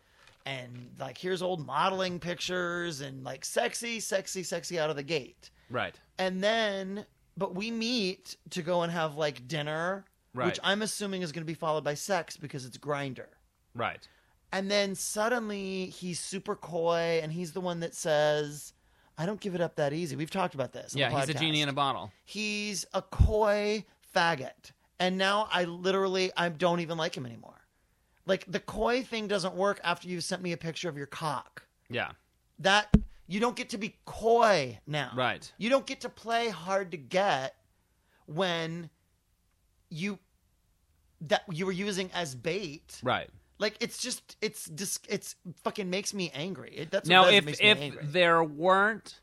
S2: and like here's old modeling pictures and like sexy sexy sexy out of the gate
S1: Right,
S2: and then but we meet to go and have like dinner
S1: Right.
S2: which i'm assuming is going to be followed by sex because it's grinder
S1: right.
S2: and then suddenly he's super coy and he's the one that says i don't give it up that easy we've talked about this on
S1: Yeah,
S2: the
S1: he's a genie
S2: podcast.
S1: in a bottle.
S2: He's a coy faggot. And now I literally I don't even like him anymore. Like the coy thing doesn't work after you sent me a picture of your cock.
S1: Yeah,
S2: That you don't get to be coy now.
S1: right.
S2: You don't get to play hard to get when you that you were using as bait
S1: Right.
S2: Like it's just it's dis- it's fucking makes me angry. It, that's
S1: Now,
S2: what it does,
S1: if
S2: it makes me
S1: if
S2: angry.
S1: there weren't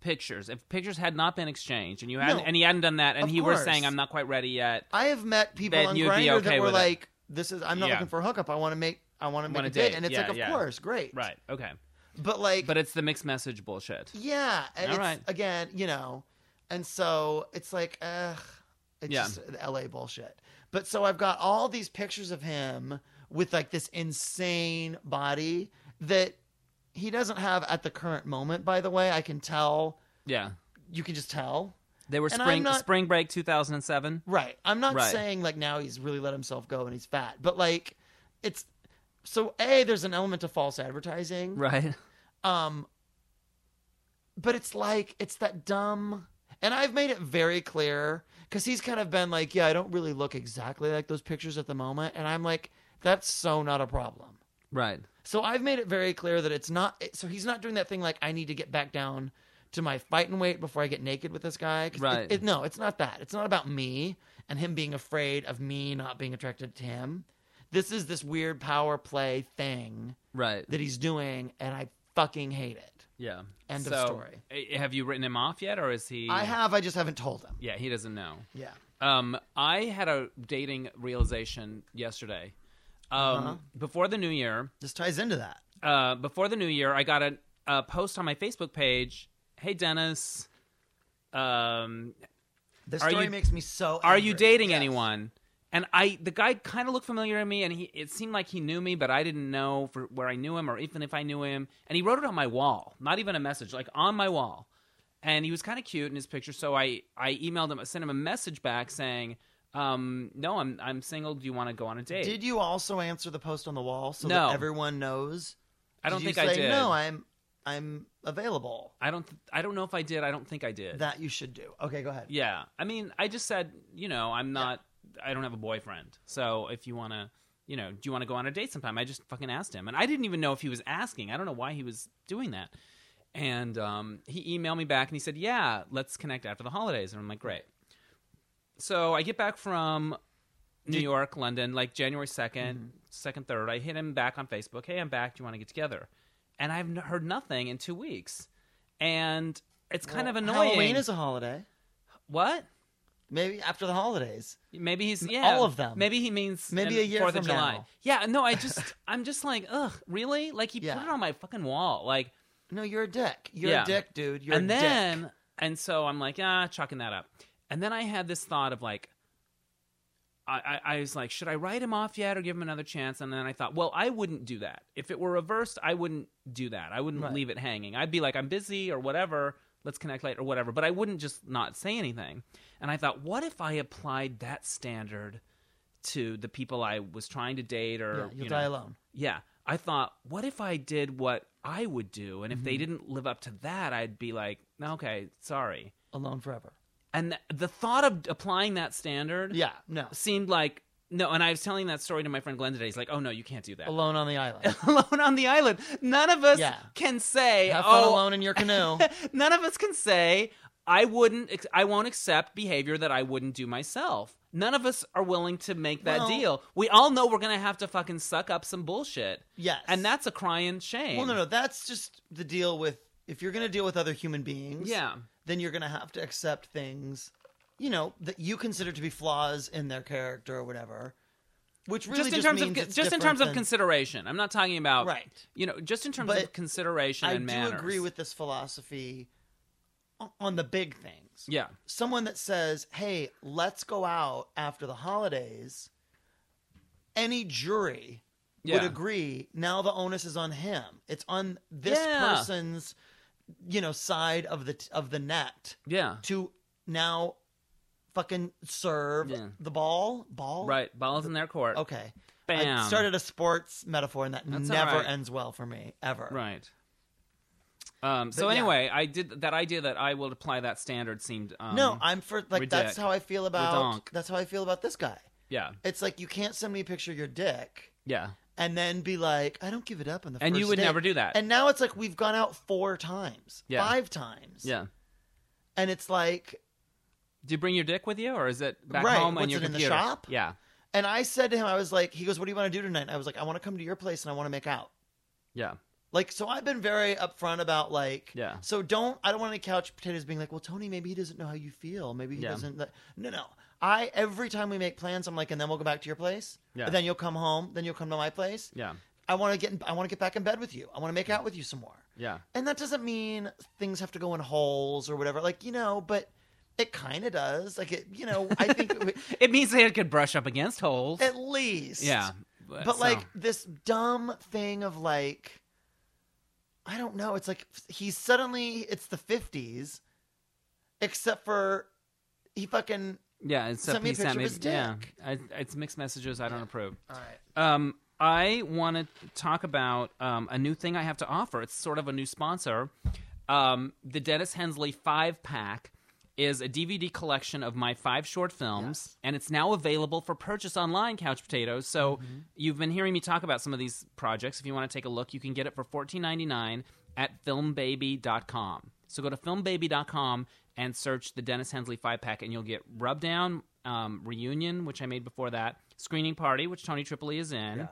S1: pictures, if pictures had not been exchanged, and you hadn't,
S2: No.
S1: and he hadn't done that,
S2: Of
S1: and he were
S2: course.
S1: saying, "I'm not quite ready yet,"
S2: I have met people
S1: Then
S2: on
S1: you'd be
S2: Grindr
S1: okay
S2: that were
S1: with it.
S2: like, "This is I'm not
S1: Yeah.
S2: looking for a hookup. I want to make I want to make
S1: Wanna
S2: a date,"
S1: date.
S2: and it's
S1: Yeah,
S2: like, "Of
S1: yeah.
S2: course, great,
S1: right? Okay,
S2: But like,
S1: but it's the mixed message bullshit.
S2: yeah, and
S1: All
S2: it's,
S1: right.
S2: again, you know, and so it's like, ugh, it's
S1: Yeah.
S2: just the LA bullshit. But so I've got all these pictures of him with like this insane body that he doesn't have at the current moment. By the way, I can tell.
S1: Yeah,
S2: You can just tell.
S1: they were
S2: And I'm
S1: spring
S2: not-
S1: spring break 2007.
S2: Right. I'm not
S1: Right.
S2: saying like now he's really let himself go and he's fat, but like it's so a there's an element of false advertising.
S1: Right.
S2: Um but it's like it's that dumb and I've made it very clear cuz he's kind of been like, yeah, I don't really look exactly like those pictures at the moment and I'm like that's so not a problem.
S1: Right.
S2: So I've made it very clear that it's not so he's not doing that thing like I need to get back down to my fight and weight before I get naked with this guy. 'Cause it-
S1: Right.
S2: it- no, it's not that. It's not about me and him being afraid of me not being attracted to him. This is this weird power play thing
S1: Right.
S2: that he's doing, and I fucking hate it.
S1: Yeah.
S2: End of
S1: So,
S2: story.
S1: a- Have you written him off yet, or is he?
S2: I have, I just haven't told him.
S1: Yeah, he doesn't know.
S2: Yeah.
S1: Um, I had a dating realization yesterday. Um,
S2: Uh-huh.
S1: before the new year,
S2: This ties into that.
S1: uh, before the new year, I got a, a post on my Facebook page. Hey, Dennis, um,
S2: This
S1: Are
S2: story
S1: you-
S2: makes me so.
S1: are you
S2: angry.
S1: dating
S2: Yes.
S1: anyone? And I, the guy kind of looked familiar to me, and he, it seemed like he knew me, but I didn't know for where I knew him or even if I knew him. And he wrote it on my wall, not even a message, like on my wall. And he was kind of cute in his picture, so I, I emailed him, I sent him a message back saying, um, "No, I'm I'm single. Do you want to go on a date?"
S2: Did you also answer the post on the wall so
S1: No.
S2: that everyone knows?
S1: I don't
S2: Did you
S1: think I
S2: say,
S1: did.
S2: No, I'm I'm available.
S1: I don't. Th- I don't know if I did. I don't think I did.
S2: That you should do. Okay, go ahead.
S1: Yeah. I mean, I just said, you know, I'm not, I don't have a boyfriend. So if you want to, you know, do you want to go on a date sometime? I just fucking asked him. And I didn't even know if he was asking. I don't know why he was doing that. And um, he emailed me back and he said, yeah, let's connect after the holidays. And I'm like, great. So I get back from New
S2: Did- Mm-hmm.
S1: York, London, like January 2nd, 2nd, 3rd. I hit him back on Facebook. Hey, I'm back. Do you want to get together? And I've n- heard nothing in two weeks. And it's kind of annoying.
S2: Halloween is a holiday.
S1: what?
S2: Maybe after the holidays.
S1: Maybe he's yeah.
S2: all of them.
S1: Maybe he means
S2: Maybe
S1: in
S2: a year
S1: Fourth of
S2: from
S1: July.
S2: now.
S1: Yeah. No, I just I'm just like ugh, really? Like he
S2: Yeah.
S1: put it on my fucking wall. Like
S2: No, you're a dick. You're
S1: Yeah.
S2: a dick, dude. You're
S1: and
S2: a
S1: then
S2: dick.
S1: and so I'm like ah, chalking that up. And then I had this thought of like. I, I, I was like, should I write him off yet or give him another chance? And then I thought, well, I wouldn't do that. If it were reversed, I wouldn't do that. I wouldn't
S2: Right.
S1: leave it hanging. I'd be like, I'm busy or whatever. Let's connect later or whatever. But I wouldn't just not say anything. And I thought, what if I applied that standard to the people I was trying to date
S2: Yeah,
S1: or
S2: you'll
S1: you know,
S2: die alone.
S1: yeah. I thought, what if I did what I would do? And if
S2: Mm-hmm.
S1: they didn't live up to that, I'd be like, okay, sorry.
S2: Alone forever.
S1: And th- the thought of applying that standard
S2: Yeah, no.
S1: seemed like, no. And I was telling that story to my friend Glenn today. He's like, oh, no, you can't do that.
S2: Alone on the island.
S1: Alone on the island. None of us
S2: Yeah.
S1: can say,
S2: Have fun
S1: oh,
S2: alone in your canoe.
S1: none of us can say I wouldn't ex- I won't accept behavior that I wouldn't do myself. None of us are willing to make that
S2: Well-
S1: deal. We all know we're going to have to fucking suck up some bullshit.
S2: Yes.
S1: And that's a crying shame.
S2: Well, no, no. That's just the deal with if you're going to deal with other human beings,
S1: Yeah.
S2: then you're going to have to accept things, you know, that you consider to be flaws in their character or whatever. Which really
S1: Just
S2: just,
S1: in terms of
S2: means
S1: con-
S2: it's
S1: just in terms
S2: different
S1: of
S2: than-
S1: consideration. I'm not talking about
S2: Right.
S1: You know, just in terms
S2: But
S1: of consideration
S2: I
S1: and manners.
S2: do agree with this philosophy o- on the big things.
S1: Yeah.
S2: Someone that says, "Hey, let's go out after the holidays," any jury would
S1: Yeah.
S2: agree. Now the onus is on him. It's on this
S1: Yeah.
S2: person's, you know, side of the of the net
S1: Yeah.
S2: to now fucking serve
S1: Yeah.
S2: the ball. Ball,
S1: Right. Balls in their court.
S2: Okay. I
S1: Bam.
S2: started a sports metaphor, and that
S1: That's all
S2: never
S1: right.
S2: ends well for me ever.
S1: Right. Um, so
S2: But yeah.
S1: anyway, I did that idea that I will apply that standard seemed um,
S2: No, I'm for like that's
S1: Reject.
S2: how I feel about
S1: Redonk.
S2: that's how I feel about this guy.
S1: yeah
S2: It's like you can't send me a picture of your dick
S1: yeah
S2: and then be like, I don't give it up on the
S1: And
S2: first
S1: you would
S2: date.
S1: never do that.
S2: And now it's like we've gone out four times,
S1: Yeah.
S2: five times,
S1: yeah
S2: and it's like
S1: Do you bring your dick with you, or is it back
S2: Right.
S1: home on
S2: What's
S1: your
S2: it in the
S1: computer?
S2: shop?
S1: Yeah,
S2: And I said to him, I was like, he goes, What do you want to do tonight? And I was like, I want to come to your place and I want to make out.
S1: Yeah.
S2: Like, so I've been very upfront about like,
S1: Yeah.
S2: So don't, I don't want any couch potatoes being like, well, Tony, maybe he doesn't know how you feel. Maybe he
S1: Yeah.
S2: doesn't. li-" No, no. I every time we make plans, I'm like, and then we'll go back to your place.
S1: Yeah.
S2: And then you'll come home. Then you'll come to my place.
S1: Yeah.
S2: I want to get, in, I want to get back in bed with you. I want to make out with you some more.
S1: Yeah.
S2: And that doesn't mean things have to go in holes or whatever. Like you know, but it kind of does. Like it, you know, I think we-
S1: It means they could brush up against holes.
S2: at least.
S1: yeah.
S2: But
S1: so-
S2: like this dumb thing of like, I don't know. It's like he's suddenly it's the fifties, except for he fucking.
S1: yeah, it's
S2: sent me a
S1: he sent
S2: picture of his
S1: Yeah,
S2: dick.
S1: I, it's mixed messages. I don't approve.
S2: All right.
S1: Um, I want to talk about um, a new thing I have to offer. It's sort of a new sponsor. Um, the Dennis Hensley Five Pack is a DVD collection of my five short films,
S2: Yes.
S1: and it's now available for purchase online, Couch Potatoes. So
S2: Mm-hmm.
S1: you've been hearing me talk about some of these projects. If you want to take a look, you can get it for $14.99 at filmbaby.com. So go to filmbaby.com and search the Dennis Hensley Five Pack, and you'll get Rub Down, um, Reunion, which I made before that, Screening Party, which Tony Tripoli is in.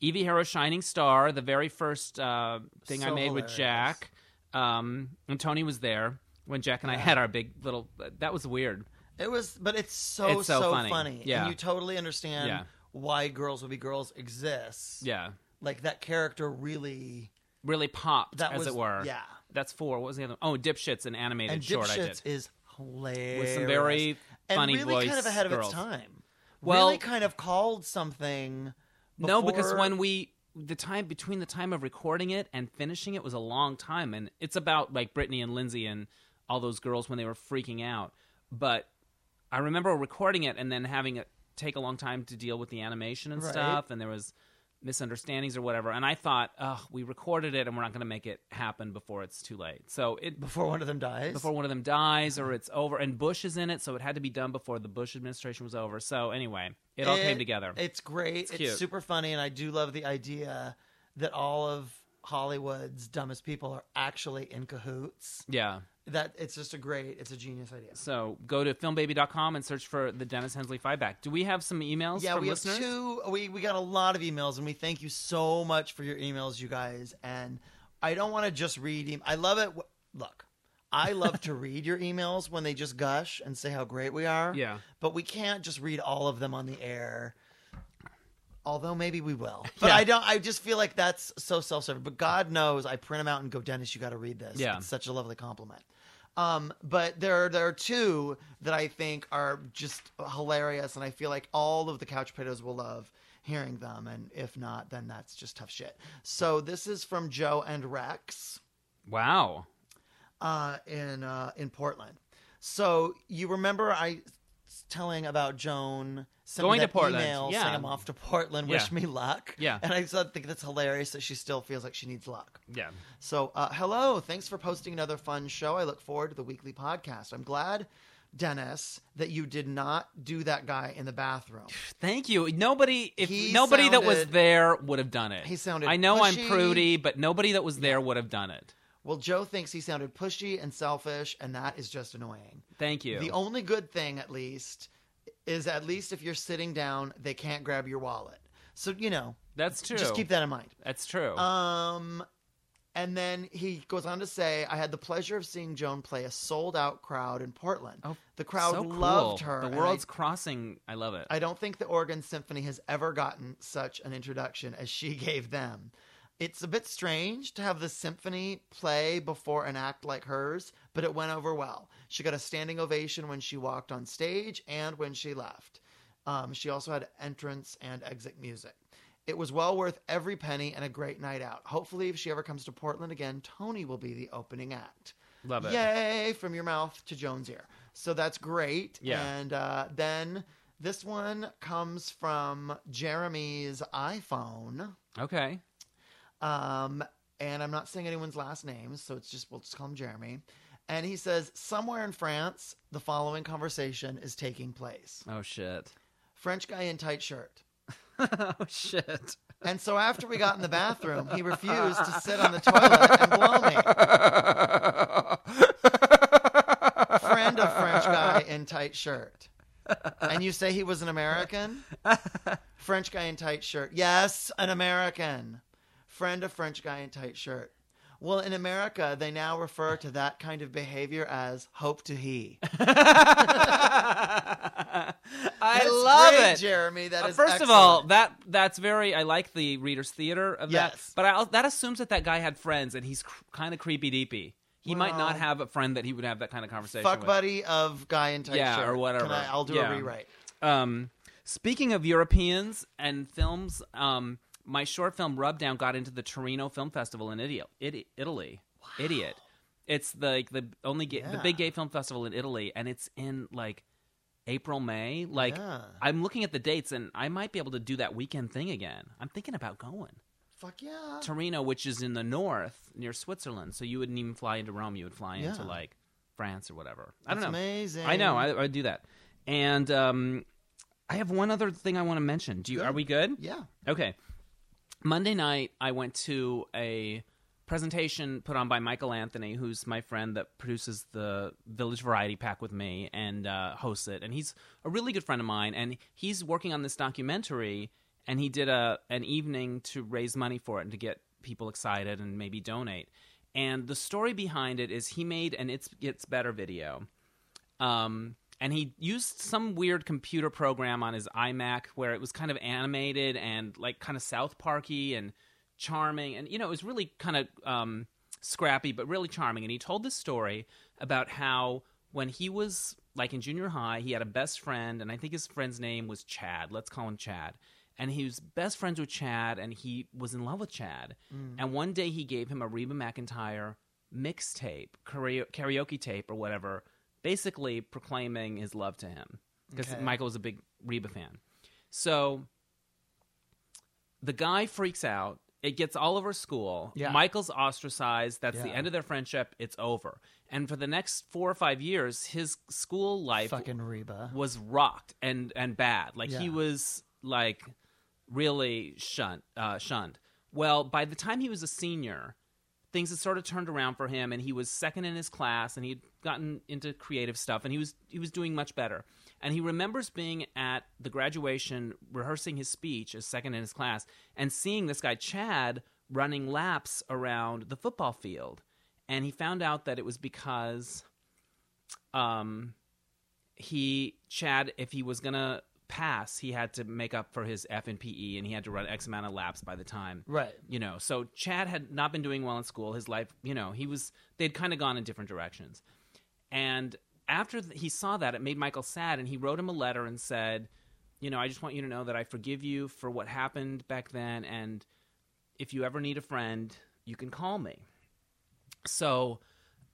S1: Evie Harrow's Shining Star, the very first uh, thing I
S2: So
S1: made
S2: hilarious.
S1: with Jack. Um, and Tony was there when Jack and I had our big little. that was weird.
S2: It was, but it's so
S1: It's so funny. Yeah.
S2: and you totally understand
S1: Yeah.
S2: why Girls Will Be Girls exists.
S1: Yeah,
S2: like that character really.
S1: really popped
S2: That
S1: as
S2: was
S1: it were.
S2: yeah.
S1: that's four. What was the other? Oh, Dipshits, an animated
S2: And
S1: short I did
S2: Dipshits is hilarious
S1: with some very
S2: and
S1: funny
S2: really
S1: voice
S2: kind of ahead of
S1: girls.
S2: its time.
S1: Well-
S2: really kind of called something.
S1: No, because
S2: before-
S1: when we the time between the time of recording it and finishing it was a long time, and it's about like Brittany and Lindsay and all those girls when they were freaking out. But I remember recording it and then having it take a long time to deal with the animation and
S2: Right.
S1: stuff, and there was misunderstandings or whatever. And I thought, oh, we recorded it, and we're not going to make it happen before it's too late. So it
S2: before one of them dies,
S1: before one of them dies or it's over, and Bush is in it, so it had to be done before the Bush administration was over. So anyway, it all came together.
S2: It's great. It's,
S1: cute.
S2: super funny, and I do love the idea that all of Hollywood's dumbest people are actually in cahoots.
S1: yeah.
S2: That it's just a great, it's a genius idea.
S1: So go to filmbaby.com and search for the Dennis Hensley Five Back. Do we have some emails
S2: Yeah,
S1: from
S2: we
S1: listeners?
S2: have two. We we got a lot of emails, and we thank you so much for your emails, you guys. And I don't want to just read. Em- I love it. wh- Look, I love to read your emails when they just gush and say how great we are.
S1: Yeah.
S2: but we can't just read all of them on the air. Although maybe we will, but
S1: Yeah.
S2: I don't. I just feel like that's so self-serving. But God knows, I print them out and go, Dennis, you got to read this.
S1: Yeah.
S2: it's such a lovely compliment. Um, but there are, there are two that I think are just hilarious, and I feel like all of the couch potatoes will love hearing them. And if not, then that's just tough shit. So this is from Joe and Rex
S1: Wow.
S2: uh, in uh, in Portland. So you remember I s- telling about Joan sending
S1: Going
S2: that
S1: to Portland,
S2: email saying
S1: yeah.
S2: I'm off to Portland. Wish
S1: Yeah.
S2: me luck.
S1: Yeah.
S2: and I just think that's hilarious that she still feels like she needs luck.
S1: Yeah.
S2: So, uh, hello. Thanks for posting another fun show. I look forward to the weekly podcast. I'm glad, Dennis, that you did not do that guy in the bathroom.
S1: Thank you. Nobody if
S2: He
S1: nobody that was
S2: sounded-
S1: there would have done it.
S2: He sounded
S1: I know
S2: pushy.
S1: I'm prudy, but nobody that was there would have done it.
S2: Well, Joe thinks he sounded pushy and selfish, and that is just annoying.
S1: Thank you.
S2: The only good thing, at least, is at least if you're sitting down, they can't grab your wallet. So, you know,
S1: That's true.
S2: just keep that in mind.
S1: That's true.
S2: Um, and then he goes on to say, I had the pleasure of seeing Joan play a sold out crowd in Portland.
S1: Oh,
S2: the crowd
S1: so
S2: loved
S1: cool.
S2: her.
S1: The
S2: and I-
S1: world's crossing. I love it.
S2: I don't think the Oregon Symphony has ever gotten such an introduction as she gave them. It's a bit strange to have the symphony play before an act like hers, but it went over well. She got a standing ovation when she walked on stage and when she left. Um, she also had entrance and exit music. It was well worth every penny and a great night out. Hopefully, if she ever comes to Portland again, Tony will be the opening act.
S1: love it.
S2: Yay! From your mouth to Joan's ear. So that's great.
S1: Yeah.
S2: And uh, then this one comes from Jeremy's iPhone.
S1: Okay.
S2: Um, and I'm not saying anyone's last name, so it's just we'll just call him Jeremy. And he says, somewhere in France, the following conversation is taking place.
S1: Oh shit.
S2: French guy in tight shirt.
S1: oh shit.
S2: And so after we got in the bathroom, he refused to sit on the toilet and blow me. Friend of French guy in tight shirt. and you say he was an American? French guy in tight shirt. Yes, an American. Friend of French guy in tight shirt. Well, in America, they now refer to that kind of behavior as hope to he.
S1: I
S2: That's
S1: love
S2: great,
S1: it.
S2: Jeremy. That
S1: Uh,
S2: is
S1: First of all,
S2: excellent.
S1: that that's very. I like the readers' theater of
S2: Yes.
S1: that, but I, al- that assumes that that guy had friends, and he's cr- kind of creepy deepy. He might
S2: Well-
S1: not have a friend that he would have that kind of conversation.
S2: fuck
S1: with.
S2: buddy of guy in tight
S1: Yeah,
S2: shirt.
S1: or whatever.
S2: Can I, I'll do
S1: Yeah.
S2: a rewrite.
S1: Um, speaking of Europeans and films, um, my short film Rubdown got into the Torino Film Festival in Italy. Idi- Italy, idiot. It's the like, the only ga- the
S2: Yeah.
S1: big gay film festival in Italy, and it's in like April May. Like
S2: Yeah.
S1: I'm looking at the dates, and I might be able to do that weekend thing again. I'm thinking about going
S2: Fuck yeah.
S1: Torino, which is in the north near Switzerland, so you wouldn't even fly into Rome. You would fly into
S2: Yeah.
S1: like France or whatever. I
S2: That's
S1: don't know.
S2: amazing.
S1: I know. I, I do that. And um, I have one other thing I want to mention. Do you? Are we good?
S2: yeah.
S1: Okay. Monday night, I went to a presentation put on by Michael Anthony, who's my friend that produces the Village Variety Pack with me and uh, hosts it. And he's a really good friend of mine. And he's working on this documentary. And he did a an evening to raise money for it and to get people excited and maybe donate. And the story behind it is he made an It's Gets Better video um, and he used some weird computer program on his iMac where it was kind of animated and like kind of South Parky and charming, and you know it was really kind of um, scrappy but really charming. And he told this story about how when he was like in junior high, he had a best friend, and I think his friend's name was Chad. Let's call him Chad. And he was best friends with Chad, and he was in love with Chad.
S2: Mm,
S1: And one day he gave him a Reba McIntyre mixtape, karao- karaoke tape, or whatever, basically proclaiming his love to him because
S2: Okay.
S1: Michael was a big Reba fan. So the guy freaks out. It gets all over school.
S2: Yeah.
S1: Michael's ostracized. That's the
S2: Yeah.
S1: end of their friendship. It's over. And for the next four or five years, his school life
S2: Fucking Reba.
S1: was rocked and and bad. Like he
S2: Uh-huh. Yeah.
S1: was like really shunned. Uh, shunned. Well, by the time he was a senior, things had sort of turned around for him, and he was second in his class, and he'd gotten into creative stuff, and he was he was doing much better. And he remembers being at the graduation rehearsing his speech as second in his class, and seeing this guy Chad running laps around the football field, and he found out that it was because um, he Chad, if he was gonna pass, he had to make up for his F and PE, and he had to run X amount of laps by the time.
S2: Right.
S1: You know, so Chad had not been doing well in school. His life, you know, he was they'd kind of gone in different directions. And after th- he saw that, it made Michael sad, and he wrote him a letter and said, "You know, I just want you to know that I forgive you for what happened back then, and if you ever need a friend, you can call me." So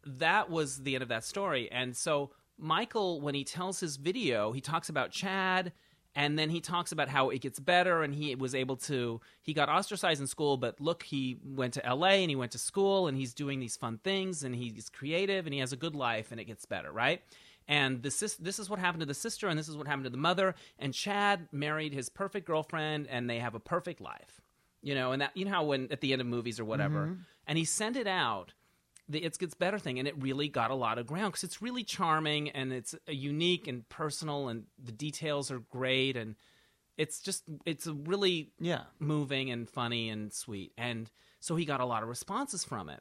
S1: that was the end of that story. And so Michael, when he tells his video, he talks about Chad and then he talks about how it gets better and he was able to he got ostracized in school but look he went to LA and he went to school and he's doing these fun things and he's creative and he has a good life and it gets better right and the sis- this is what happened to the sister and this is what happened to the mother and Chad married his perfect girlfriend and they have a perfect life you know and that you know how when at the end of movies or whatever and he sent it out the It Gets Better thing, and it really got a lot of ground because it's really charming and it's uh, unique and personal, and the details are great, and it's just it's a really
S2: Yeah.
S1: moving and funny and sweet. And so he got a lot of responses from it.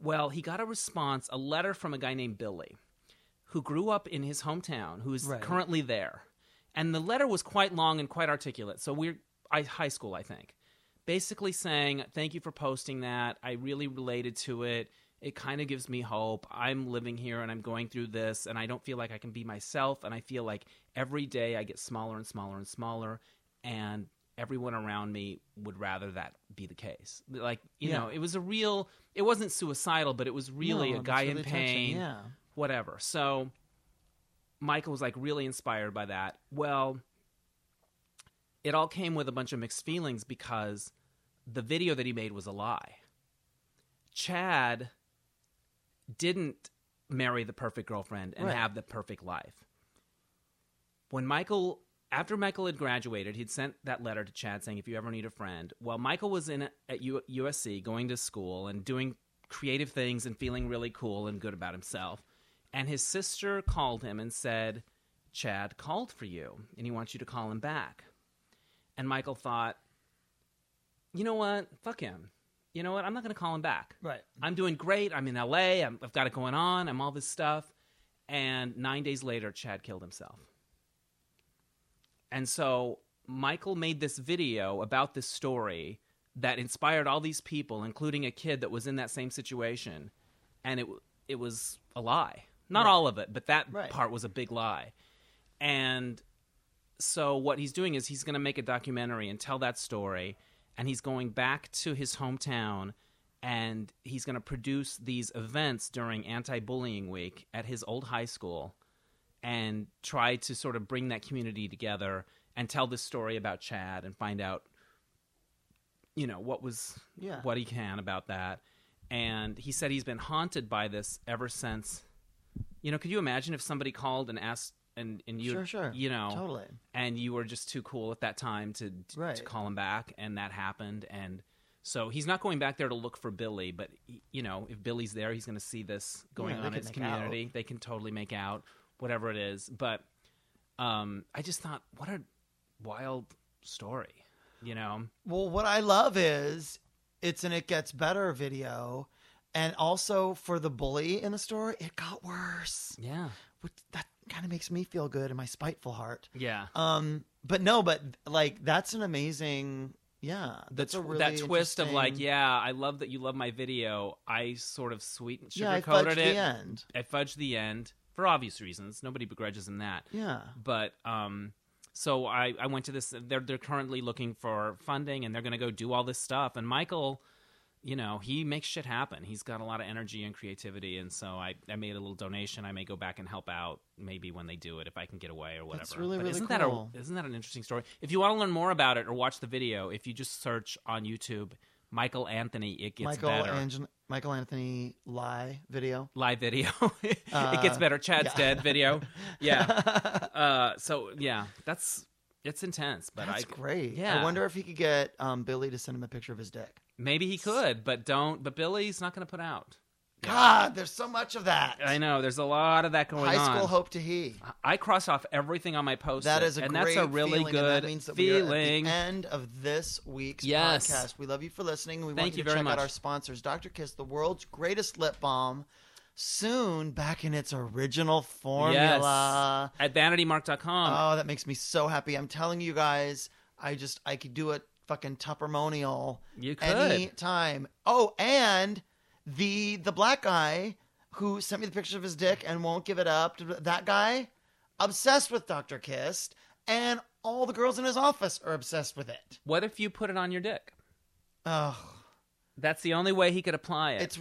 S1: Well, he got a response, a letter from a guy named Billy, who grew up in his hometown, who is
S2: Right.
S1: currently there. And the letter was quite long and quite articulate. So we're I, high school, I think. Basically saying, Thank you for posting that. I really related to it. It kind of gives me hope. I'm living here and I'm going through this, and I don't feel like I can be myself. And I feel like every day I get smaller and smaller and smaller and everyone around me would rather that be the case. Like, you
S2: Yeah.
S1: know, it was a real, it wasn't suicidal, but it was really
S2: No,
S1: a
S2: that's
S1: guy
S2: really
S1: in
S2: touching,
S1: pain,
S2: Yeah.
S1: whatever. So Michael was like really inspired by that. Well, it all came with a bunch of mixed feelings because the video that he made was a lie. Chad didn't marry the perfect girlfriend and
S2: Right.
S1: have the perfect life. When Michael, after Michael had graduated, he'd sent that letter to Chad saying, "If you ever need a friend." While Michael was in at U- USC, going to school and doing creative things and feeling really cool and good about himself, and his sister called him and said, Chad called for you and he wants you to call him back. And Michael thought, you know what? Fuck him. You know what? I'm not going to call him back.
S2: Right.
S1: I'm doing great. I'm in LA. I'm, I've got it going on. I'm all this stuff. And nine days later, Chad killed himself. And so Michael made this video about this story that inspired all these people, including a kid that was in that same situation. And it, w- it was a lie. Not all of it, but that
S2: Right.
S1: part was a big lie. And so what he's doing is he's going to make a documentary and tell that story and he's going back to his hometown and he's going to produce these events during anti-bullying week at his old high school and try to sort of bring that community together and tell this story about Chad and find out you know what was
S2: Yeah.
S1: what he can about that and he said he's been haunted by this ever since you know could you imagine if somebody called and asked and and you
S2: Sure, sure.
S1: you know
S2: Totally.
S1: and you were just too cool at that time to to
S2: Right.
S1: call him back and that happened and so he's not going back there to look for Billy but y- you know if Billy's there he's going to see this going
S2: Yeah,
S1: on
S2: they
S1: in
S2: could
S1: his
S2: make out.
S1: community they can totally make out whatever it is but um I just thought what a wild story you know
S2: Well, what I love is it's an it gets better video. And also for the bully in the story, it got worse.
S1: yeah
S2: Which that kind of makes me feel good in my spiteful heart.
S1: yeah
S2: Um, but no, but like that's an amazing, yeah.
S1: the
S2: That's
S1: tw-
S2: a really
S1: that twist of like
S2: interesting-
S1: yeah I love that you love my video I sort of sweet
S2: yeah, I
S1: sugarcoated
S2: fudged
S1: it
S2: the end.
S1: I fudged the end for obvious reasons nobody begrudges him that
S2: Yeah,
S1: but um so I, I went to this they're they're currently looking for funding and they're going to go do all this stuff and Michael you know he makes shit happen he's got a lot of energy and creativity and so I, I made a little donation I may go back and help out maybe when they do it if I can get away or whatever
S2: That's really,
S1: but
S2: really
S1: isn't
S2: cool.
S1: that a, isn't that an interesting story if you want to learn more about it or watch the video if you just search on YouTube Michael Anthony it gets
S2: Michael
S1: better
S2: Ange- Michael Anthony lie video.
S1: live video it
S2: Uh,
S1: gets better Chad's
S2: yeah.
S1: dead video yeah uh, so yeah, that's it's intense, but
S2: That's
S1: I
S2: great.
S1: yeah.
S2: I wonder if he could get um, Billy to send him a picture of his dick.
S1: maybe he could, but don't. But Billy's not going to put out.
S2: God, there's so much of that.
S1: I know there's a lot of that going
S2: High
S1: on.
S2: school hope to he.
S1: I cross off everything on my post.
S2: That is a
S1: and
S2: great
S1: that's a really
S2: feeling, and
S1: good
S2: that means that We are at
S1: feeling.
S2: the end of this week's
S1: Yes.
S2: podcast. We love you for listening. and We
S1: Thank
S2: want
S1: you
S2: you to
S1: very
S2: check
S1: much.
S2: out our sponsors, Dr. Kiss, the world's greatest lip balm, soon back in its original formula.
S1: Yes, at vanitymark.com.
S2: Oh, that makes me so happy. I'm telling you guys, I just I could do a fucking tuppermonial
S1: you could.
S2: any time. Oh, and the the black guy who sent me the picture of his dick and won't give it up. That guy, obsessed with Dr. Kist, and all the girls in his office are obsessed with it.
S1: what if you put it on your dick?
S2: Oh,
S1: That's the only way he could apply it.
S2: it's